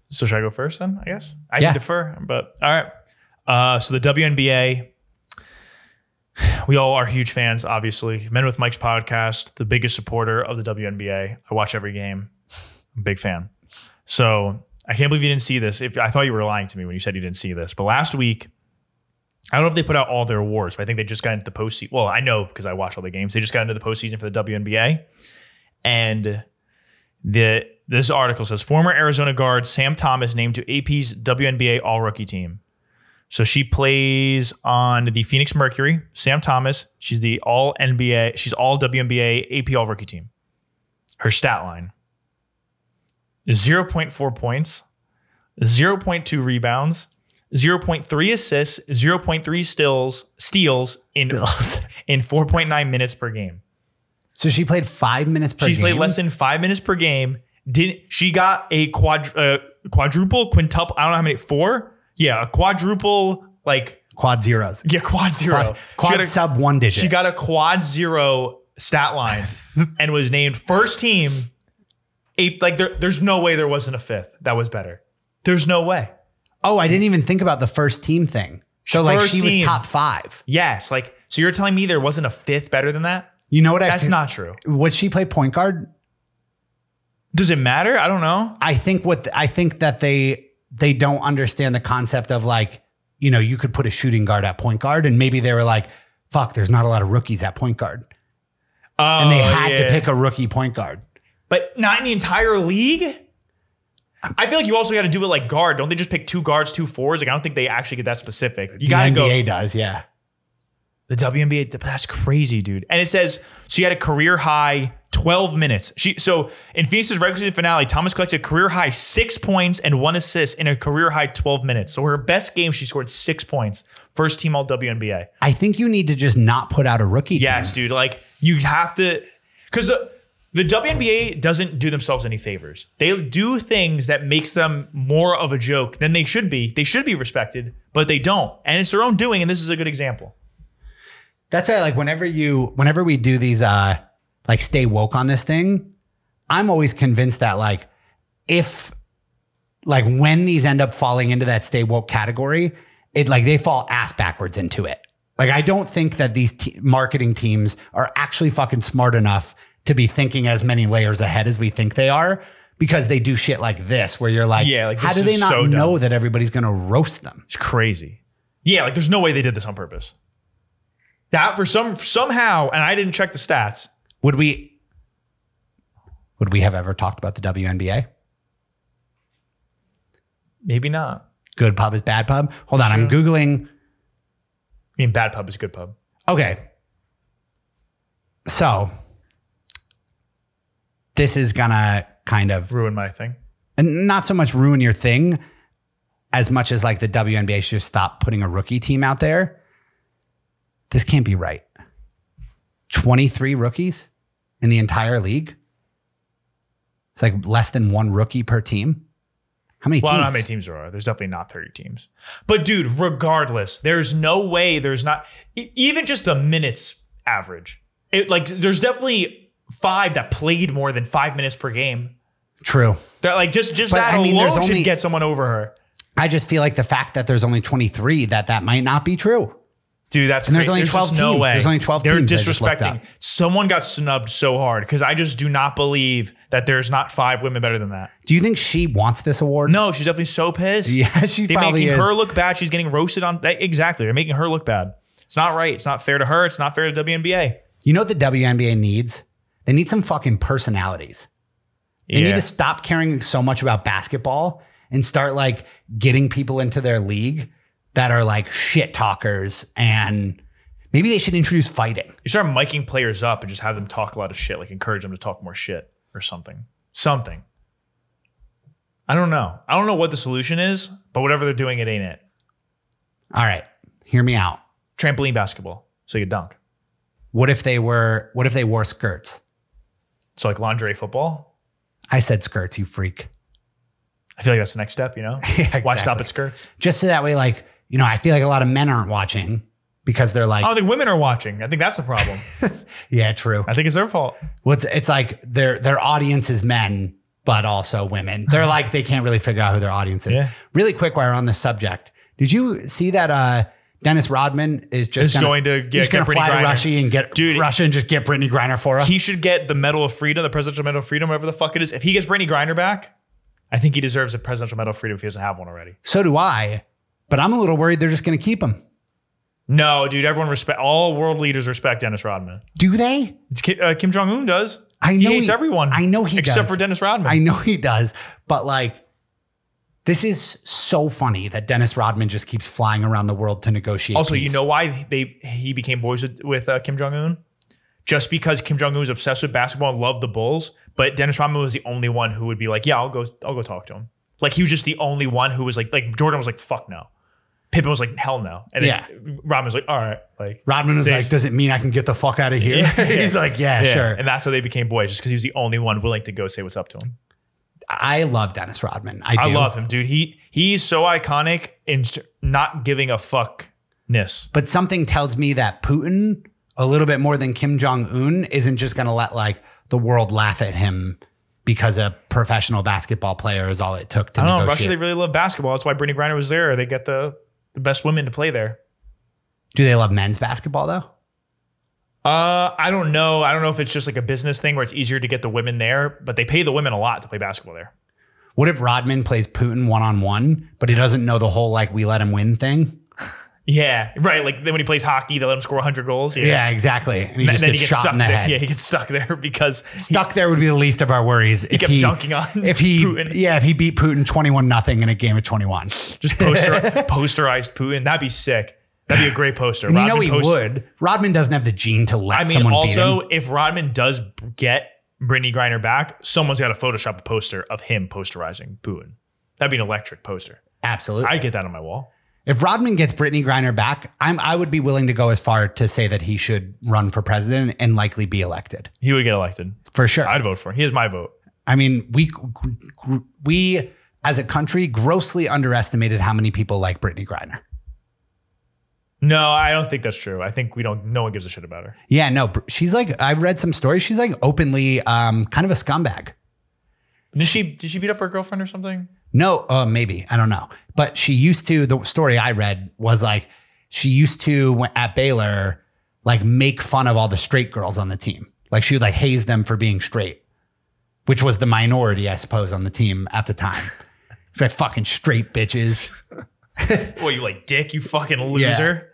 so should I go first then? I guess I Yeah. can defer, but all right. Uh, so the WNBA, we all are huge fans, obviously. Men with Mike's podcast, the biggest supporter of the WNBA. I watch every game. I'm a big fan. So I can't believe you didn't see this. If I thought you were lying to me when you said you didn't see this, but last week. I don't know if they put out all their awards, but I think they just got into the postseason. Well, I know because I watch all the games. They just got into the postseason for the WNBA. And the this article says former Arizona guard Sam Thomas named to AP's WNBA All Rookie Team. So she plays on the Phoenix Mercury. Sam Thomas, she's the All NBA, she's All WNBA AP All Rookie Team. Her stat line: zero point four points, zero point two rebounds. 0.3 assists, 0.3 steals, steals in Steals. *laughs* in 4.9 minutes per game. So she played five minutes per She's game. played less than five minutes per game. Didn't she got a quad uh, quadruple quintuple? I don't know how many four. Yeah, a quadruple like *laughs* quad zeros. yeah quad zero. Quad, quad she, got sub one a, digit. she got a quad zero stat *laughs* line and was named first team. Eight, like there, there's no way there wasn't a fifth that was better. There's no way. oh, I didn't even think about the first team thing. So like First she was team. top five. Yes, like so you're telling me there wasn't a fifth better than that? You know what I That's fe- not true. would she play point guard? Does it matter? I don't know. I think what I think that they they don't understand the concept of like you know you could put a shooting guard at point guard and maybe they were like fuck there's not a lot of rookies at point guard and they Oh, had to yeah. pick a rookie point guard. but not in the entire league. I feel like you also got to do it like guard. Don't they just pick two guards, two fours? Like I don't think they actually get that specific. You got to the NBA go does yeah. the WNBA. That's crazy, dude. And it says she had a career high twelve minutes. She so in Phoenix's regular season finale, Thomas collected a career high six points and one assist in a career high twelve minutes. So her best game, she scored six points. First team All WNBA. I think you need to just not put out a rookie. Yes, dude. Like you have to, because the, the WNBA doesn't do themselves any favors. They do things that makes them more of a joke than they should be. They should be respected, but they don't, and it's their own doing. And this is a good example. That's why, like, whenever you, whenever we do these, uh, like, stay woke on this thing, I'm always convinced that, like, if, like, when these end up falling into that stay woke category, it, like, they fall ass backwards into it. Like, I don't think that these te- marketing teams are actually fucking smart enough to be thinking as many layers ahead as we think they are because they do shit like this where you're like, Yeah, like, how this do they is not so dumb. know that everybody's going to roast them? It's crazy. Yeah, like there's no way they did this on purpose. That for some somehow, and I didn't check the stats. Would we, would we have ever talked about the WNBA? Maybe not. good pub is bad pub. Hold on, I'm googling. I mean, bad pub is good pub. Okay. So this is gonna kind of Ruin my thing. and not so much ruin your thing as much as like the WNBA should stop putting a rookie team out there. This can't be right. 23 rookies in the entire league. It's like less than one rookie per team. How many Well, I don't know how teams? many teams there are. There's definitely not 30 teams. But dude, regardless, there's no way there's not e- even just the minutes average. It like there's definitely five that played more than five minutes per game. True. That like just just But, that I mean, alone there's should only- get someone over her. I just feel like the fact that there's only 23 that that might not be true. Dude, that's And there's crazy. only 12 just no teams. way. There's only 12 They're teams I just looked disrespecting. up. Someone got snubbed so hard because I just do not believe that there's not five women better than that. Do you think she wants this award? No, she's definitely so pissed. *laughs* Yeah, she They're probably making is. her look bad. She's getting roasted on exactly. They're making her look bad. It's not right. It's not fair to her. It's not fair to WNBA. You know what the WNBA needs? They need some fucking personalities. They yeah. need to stop caring so much about basketball and start like getting people into their league that are like shit talkers and maybe they should introduce fighting. you start miking players up and just have them talk a lot of shit, like encourage them to talk more shit or something. Something. I don't know. I don't know what the solution is, but whatever they're doing, it ain't it. All right, hear me out. Trampoline basketball. So you dunk. What if they were? What if they wore skirts? So like lingerie football. I said skirts, you freak. *laughs* I feel like that's the next step, you know? Yeah, Why exactly. stop at skirts? Just so that way, like you know, I feel like a lot of men aren't watching because they're like, I don't think women are watching. I think that's the problem. yeah, true. I think it's their fault. Well, it's, it's like their their audience is men, but also women. *laughs* They're like they can't really figure out who their audience is. Yeah. Really quick, while we're on this subject, did you see that uh, Dennis Rodman is just Is gonna, going to get- he's gonna get Brittany fly to Griner. Russia and get Dude. Russia and just get Brittany Griner for us? He should get the Medal of Freedom, the Presidential Medal of Freedom, whatever the fuck it is. If he gets Brittany Griner back, I think he deserves a Presidential Medal of Freedom if he doesn't have one already. so do I, but I'm a little worried they're just going to keep him. No, dude, everyone respect all world leaders respect Dennis Rodman. Do they? It's Ki- uh, Kim Jong Un does. I He know hates he- everyone. I know he except does. for Dennis Rodman. I know he does, but like. This is so funny that Dennis Rodman just keeps flying around the world to negotiate. also, you peace. know why they he became boys with, with uh, Kim Jong Un? Just because Kim Jong Un was obsessed with basketball and loved the Bulls, but Dennis Rodman was the only one who would be like, "Yeah, I'll go, I'll go talk to him." Like he was just the only one who was like, like Jordan was like, "Fuck no," Pippen was like, "Hell no," and Yeah. then Rodman was like, "All right," like Rodman was They- like, "Does it mean I can get the fuck out of here?" *laughs* *laughs* Yeah. He's like, "Yeah, Yeah. sure." And that's how they became boys, just because he was the only one willing to go say what's up to him. I love Dennis Rodman. I, I do. love him, dude. He he's so iconic in st- not giving a fuckness. But something tells me that Putin, a little bit more than Kim Jong Un, isn't just going to let like the world laugh at him because a professional basketball player is all it took to I don't know. negotiate. Russia, they really love basketball. That's why Brittany Griner was there. They get the, the best women to play there. do they love men's basketball though? Uh, I don't know. I don't know if it's just like a business thing where it's easier to get the women there, but they pay the women a lot to play basketball there. What if Rodman plays Putin one on one, but he doesn't know the whole like we let him win thing? Yeah, right. Like then when he plays hockey, they let him score 100 goals. Yeah, Yeah, exactly. And he And just then gets he gets shot stuck in the there. head. Yeah, he gets stuck there *laughs* because Stuck there would be the least of our worries. he kept dunking on if he Putin. *laughs* yeah if he beat Putin twenty one nothing in a game of twenty one. Just poster, posterized Putin. That'd be sick. That'd be a great poster. And you Rodman know he poster- would. Rodman doesn't have the gene to let I mean, someone beat also, him. if Rodman does get Brittany Griner back, someone's got to Photoshop a poster of him posterizing Putin. That'd be an electric poster. Absolutely. I'd get that on my wall. if Rodman gets Brittany Griner back, I'm I would be willing to go as far to say that he should run for president and likely be elected He would get elected. for sure. I, I'd vote for him. He is my vote. mean, we we as a country grossly underestimated how many people like Brittany Griner. No, I don't think that's true. I think we don't. No one gives a shit about her. Yeah, no, Br- she's like I've read some stories. She's like openly um, kind of a scumbag. Did she? Did she beat up her girlfriend or something? No, uh, maybe I don't know. But she used to. The story I read was like she used to when- at Baylor, like make fun of all the straight girls on the team. Like she would like haze them for being straight, which was the minority, I suppose, on the team at the time. *laughs* She's like fucking straight bitches. Well, you like dick, you fucking loser.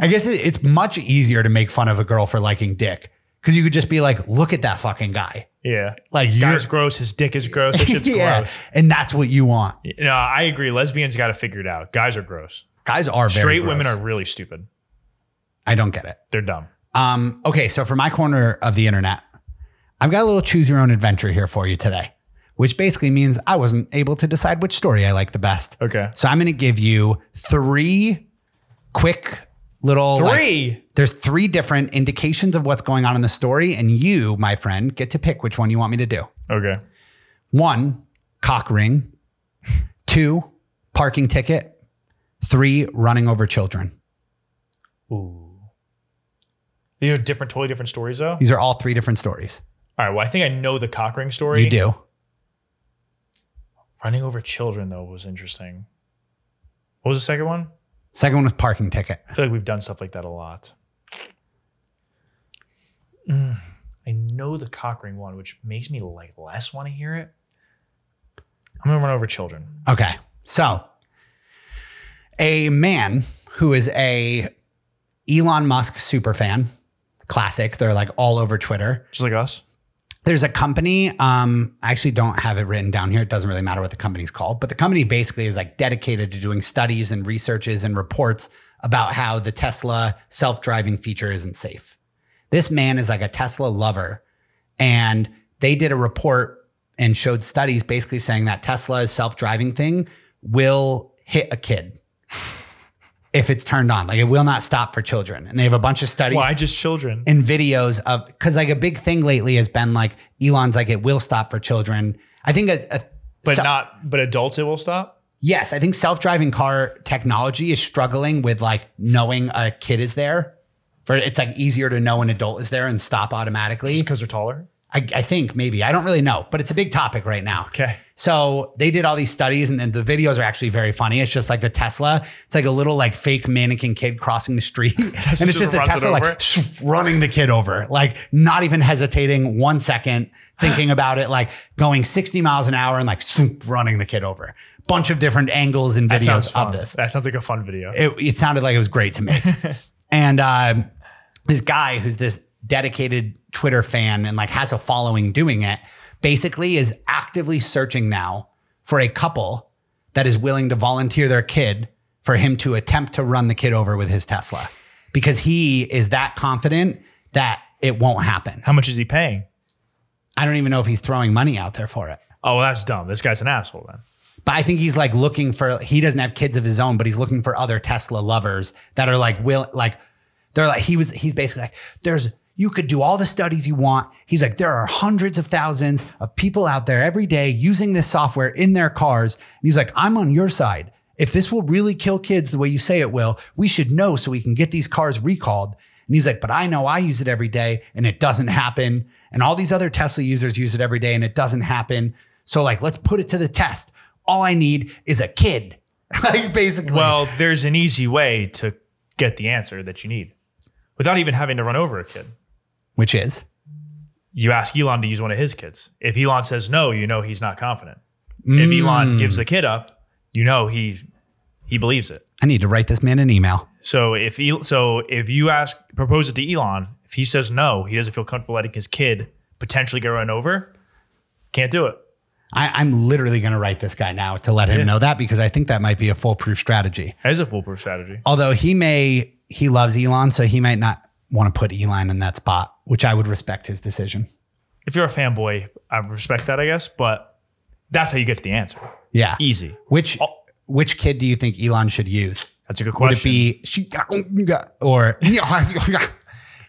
I guess it, it's much easier to make fun of a girl for liking dick because you could just be like, look at that fucking guy. Yeah, Like you're guy's gross. His dick is gross. *laughs* That *laughs* shit's Yeah. gross. and that's what you want. No, I agree. Lesbians got to figure it out. Guys are gross. Guys are very Straight gross. women are really stupid. I don't get it. They're dumb. Um, okay, so for my corner of the internet, I've got a little choose your own adventure here for you today, which basically means I wasn't able to decide which story I like the best. Okay. So I'm going to give you three quick little like- Three. there's three different indications of what's going on in the story, and you, my friend, get to pick which one you want me to do. Okay. One, cock ring. Two, parking ticket. Three, running over children. Ooh. These are different, totally different stories, though. These are all three different stories. All right. Well, I think I know the Cockring story. You do. Running over children, though, was interesting. What was the second one? Second one was parking ticket. I feel like we've done stuff like that a lot. Mm, I know the Cockring one, which makes me like less want to hear it. I'm gonna run over children. Okay. So a man who is a Elon Musk superfan, classic, they're like all over Twitter. Just like us. There's a company, um, I actually don't have it written down here. It doesn't really matter what the company's called, but the company basically is like dedicated to doing studies and researches and reports about how the Tesla self-driving feature isn't safe. This man is like a Tesla lover and they did a report and showed studies basically saying that Tesla's self-driving thing will hit a kid if it's turned on. Like it will not stop for children. And they have a bunch of studies Why just children? and videos of because like a big thing lately has been like Elon's like it will stop for children. I think a, a but so- not but adults it will stop? yes, I think self-driving car technology is struggling with like knowing a kid is there. For it's like easier to know an adult is there and stop automatically. Because they're taller? I, I think maybe I don't really know, but it's a big topic right now. Okay. So they did all these studies, and then the videos are actually very funny. It's just like the Tesla. It's like a little like fake mannequin kid crossing the *laughs* street, and it's just just the runs it Tesla over. like running the kid over, like not even hesitating one second, *gasps* thinking about it, like going sixty miles an hour and like running the kid over. Bunch of different angles and That sounds videos fun. of this That sounds like a fun video. it, it sounded like it was great to me. and uh, this guy who's this dedicated Twitter fan and like has a following doing it basically is actively searching now for a couple that is willing to volunteer their kid for him to attempt to run the kid over with his Tesla because he is that confident that it won't happen. How much is he paying? I don't even know if he's throwing money out there for it. Oh, well, that's dumb. This guy's an asshole then. But I think he's like looking for he doesn't have kids of his own, but he's looking for other Tesla lovers that are like will like they're like he was he's basically like there's you could do all the studies you want. He's like there are hundreds of thousands of people out there every day using this software in their cars. And he's like I'm on your side. If this will really kill kids the way you say it will, we should know so we can get these cars recalled. And he's like, but I know I use it every day and it doesn't happen. And all these other Tesla users use it every day and it doesn't happen. So like, let's put it to the test. All I need is a kid. *laughs* like basically. Well, *laughs* there's an easy way to get the answer that you need without even having to run over a kid. which is You ask Elon to use one of his kids. If Elon says no, you know he's not confident. If Elon gives the kid up, you know he he believes it. I need to write this man an email. So if El- so if you ask propose it to Elon, if he says no, he doesn't feel comfortable letting his kid potentially get run over. Can't do it. I, I'm literally going to write this guy now to let him know that because I think that might be a foolproof strategy. That is a foolproof strategy. Although he may, he loves Elon, so he might not want to put Elon in that spot, which I would respect his decision. If you're a fanboy, I respect that, I guess, but that's how you get to the answer. Yeah. Easy. Which Oh. which kid do you think Elon should use? That's a good Would question. it be she or *laughs*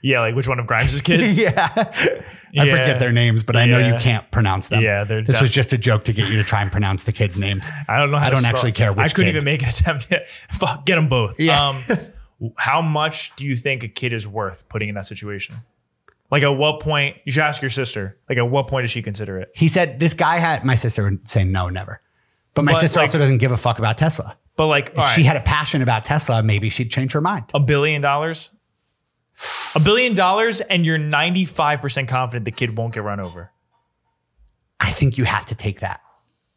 yeah, like which one of Grimes' kids? yeah? I Yeah. forget their names, but I know you Yeah. can't pronounce them. Yeah, they're this was def- just a joke to get you to try and pronounce the kids' names. I don't know. How I to don't spell- actually care I which couldn't kid. even make an attempt. Yet. *laughs* Fuck, get them both. Yeah. *laughs* Um, how much do you think a kid is worth putting in that situation? Like at what point? You should ask your sister. Like at what point does she consider it? He said this guy had my sister would say no, never. But my But, sister like- also doesn't give a fuck about Tesla. But like, If all right, she had a passion about Tesla, maybe she'd change her mind. a billion dollars. A billion dollars, and you're 95% confident the kid won't get run over. I think you have to take that.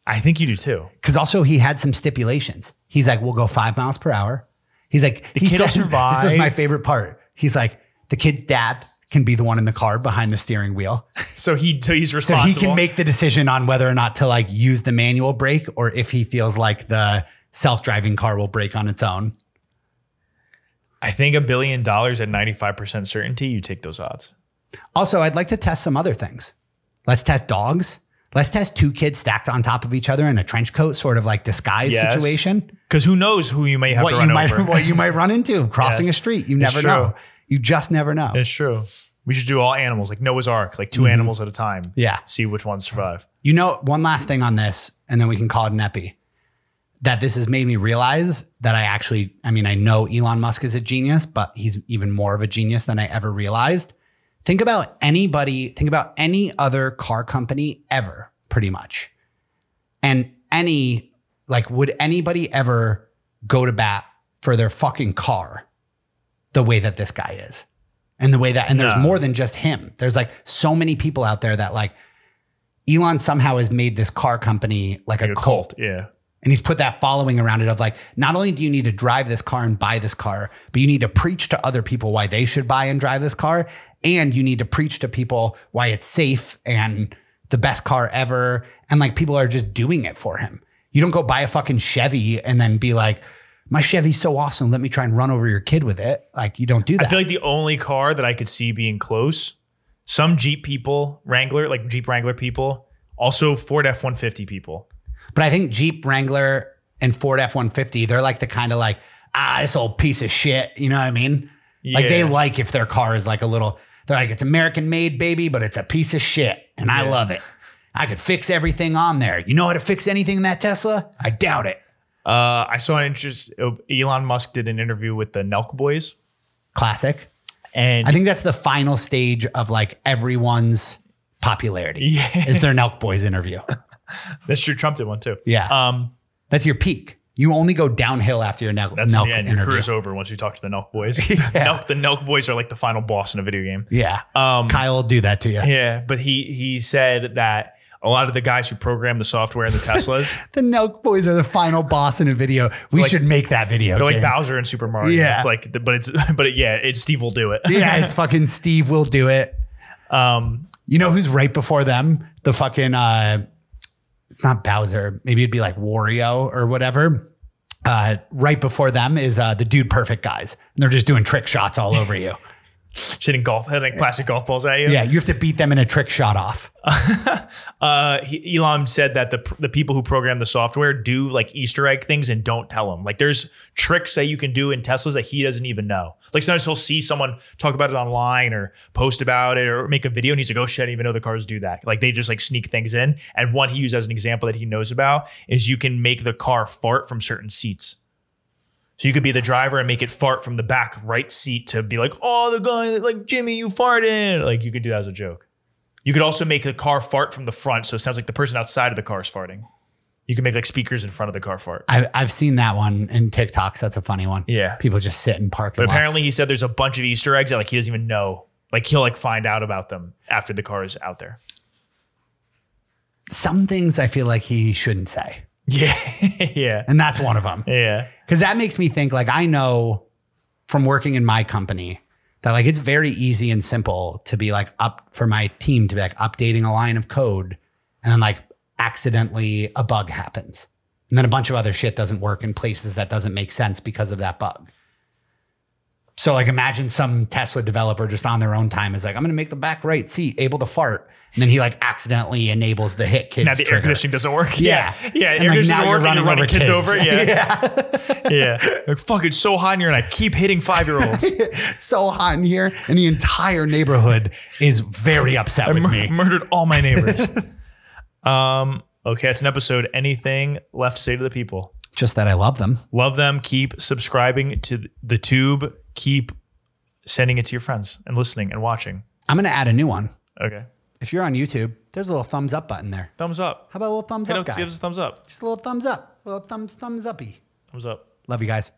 I think you do too. Because also he had some stipulations. He's like, we'll go five miles per hour. He's like, the kid will survive. This is my favorite part. He's like, the kid's dad can be the one in the car behind the steering wheel, So he so he's so responsible. he can make the decision on whether or not to like use the manual brake or if he feels like the self-driving car will brake on its own. I think a billion dollars at 95% certainty, you take those odds. Also, I'd like to test some other things. Let's test dogs. Let's test two kids stacked on top of each other in a trench coat, sort of like disguise Yes. situation. Because who knows who you may have What to you run might over. *laughs* what you might run into crossing Yes. a street. You It's never true. know. You just never know. It's true. We should do all animals, like Noah's Ark, like 2 animals at a time. Mm-hmm. Yeah. See which ones survive. You know, one last thing on this, and then we can call it an epi. That this has made me realize that I actually, I mean, I know Elon Musk is a genius, but he's even more of a genius than I ever realized. Think about anybody, think about any other car company ever, pretty much. And any, like, would anybody ever go to bat for their fucking car the way that this guy is? And the way that, and there's No. more than just him. There's like so many people out there that, like, Elon somehow has made this car company like, Like a, cult. Yeah. And he's put that following around it of like, not only do you need to drive this car and buy this car, but you need to preach to other people why they should buy and drive this car. And you need to preach to people why it's safe and the best car ever. And like people are just doing it for him. You don't go buy a fucking Chevy and then be like, my Chevy's so awesome. Let me try and run over your kid with it. Like you don't do I that. feel like the only car that I could see being close, some Jeep people, Wrangler, like Jeep Wrangler people, Also, Ford F 150 people. But I think Jeep Wrangler and Ford F 150, they're like the kind of like, ah, this old piece of shit. You know what I mean? Like they Yeah. like if their car is like a little, they're like, it's American made, baby, but it's a piece of shit. And I Yeah. love it. I could fix everything on there. You know how to fix anything in that Tesla? I doubt it. Uh, I saw an interest. uh, Elon Musk did an interview with the Nelk Boys, Classic. and I think that's the final stage of like everyone's popularity Yeah. is their Nelk Boys interview. that's true. Trump did one too. Yeah. Um, That's your peak. You only go downhill after your Nelk, that's Nelk the end. Your interview. career's over once you talk to the Nelk *laughs* Boys. Nelk, the Nelk Boys are like the final boss in a video game. Yeah. Um, Kyle will do that to you. yeah, but he he said that a lot of the guys who program the software in *laughs* the Teslas, The Nelk Boys are the final boss in a video. We like- should make that video. they're like game. Bowser and Super Mario. Yeah. it's like, but it's *laughs* but it, yeah, it's Steve will do it. *laughs* yeah, it's fucking Steve will do it. um, You know who's right before them? The fucking uh it's not Bowser. Maybe it'd be like Wario or whatever. Uh, right before them is uh, the dude perfect guys. And they're just doing trick shots all over *laughs* you. shitting golf, hitting plastic golf balls at you. Yeah, you have to beat them in a trick shot off. uh, he, Elon said that the the people who program the software do like Easter egg things and don't tell him. Like there's tricks that you can do in Teslas that he doesn't even know. Like sometimes he'll see someone talk about it online or post about it or make a video and he's like, oh shit, I didn't even know the cars do that. Like they just like sneak things in. And one he used as an example that he knows about is you can make the car fart from certain seats. So you could be the driver and make it fart from the back right seat to be like, oh, the guy like Jimmy, you farted. Like you could do that as a joke. You could also make the car fart from the front, so it sounds like the person outside of the car is farting. You can make like speakers in front of the car fart. I, I've seen that one in TikToks. That's a funny one. Yeah. People just sit in parking But lots. apparently, he said there's a bunch of Easter eggs that like he doesn't even know. Like he'll like find out about them after the car is *laughs* out there. some things I feel like he shouldn't say. Yeah, yeah, And that's one of them. yeah. Because that makes me think like I know from working in my company that like it's very easy and simple to be like up for my team to be like updating a line of code and then like accidentally a bug happens. And then a bunch of other shit doesn't work in places that doesn't make sense because of that bug. So like imagine some Tesla developer just on their own time is like, I'm gonna make the back right seat able to fart. And then he like accidentally enables the hit kids. Now the air trigger. conditioning doesn't work. Yeah. yeah. yeah And, air like, conditioning now doesn't you're work. and running you're running over kids, kids. *laughs* over. Yeah, yeah. *laughs* Like fuck, it's so hot in here, and I keep hitting five year olds. so hot in here, and the entire neighborhood is very upset *laughs* I with mur- *laughs* me. murdered all *laughs* my neighbors. um. Okay, that's an episode. Anything left to say to the people? Just that I love them. Love them. Keep subscribing to the tube. Keep sending it to your friends and listening and watching. I'm gonna add a new one. Okay. If you're on YouTube, there's a little thumbs up button there. Thumbs up. How about a little thumbs Hit up, us, give guy? us a thumbs up. Just a little thumbs up, a little thumbs thumbs uppy. Thumbs up. Love you guys.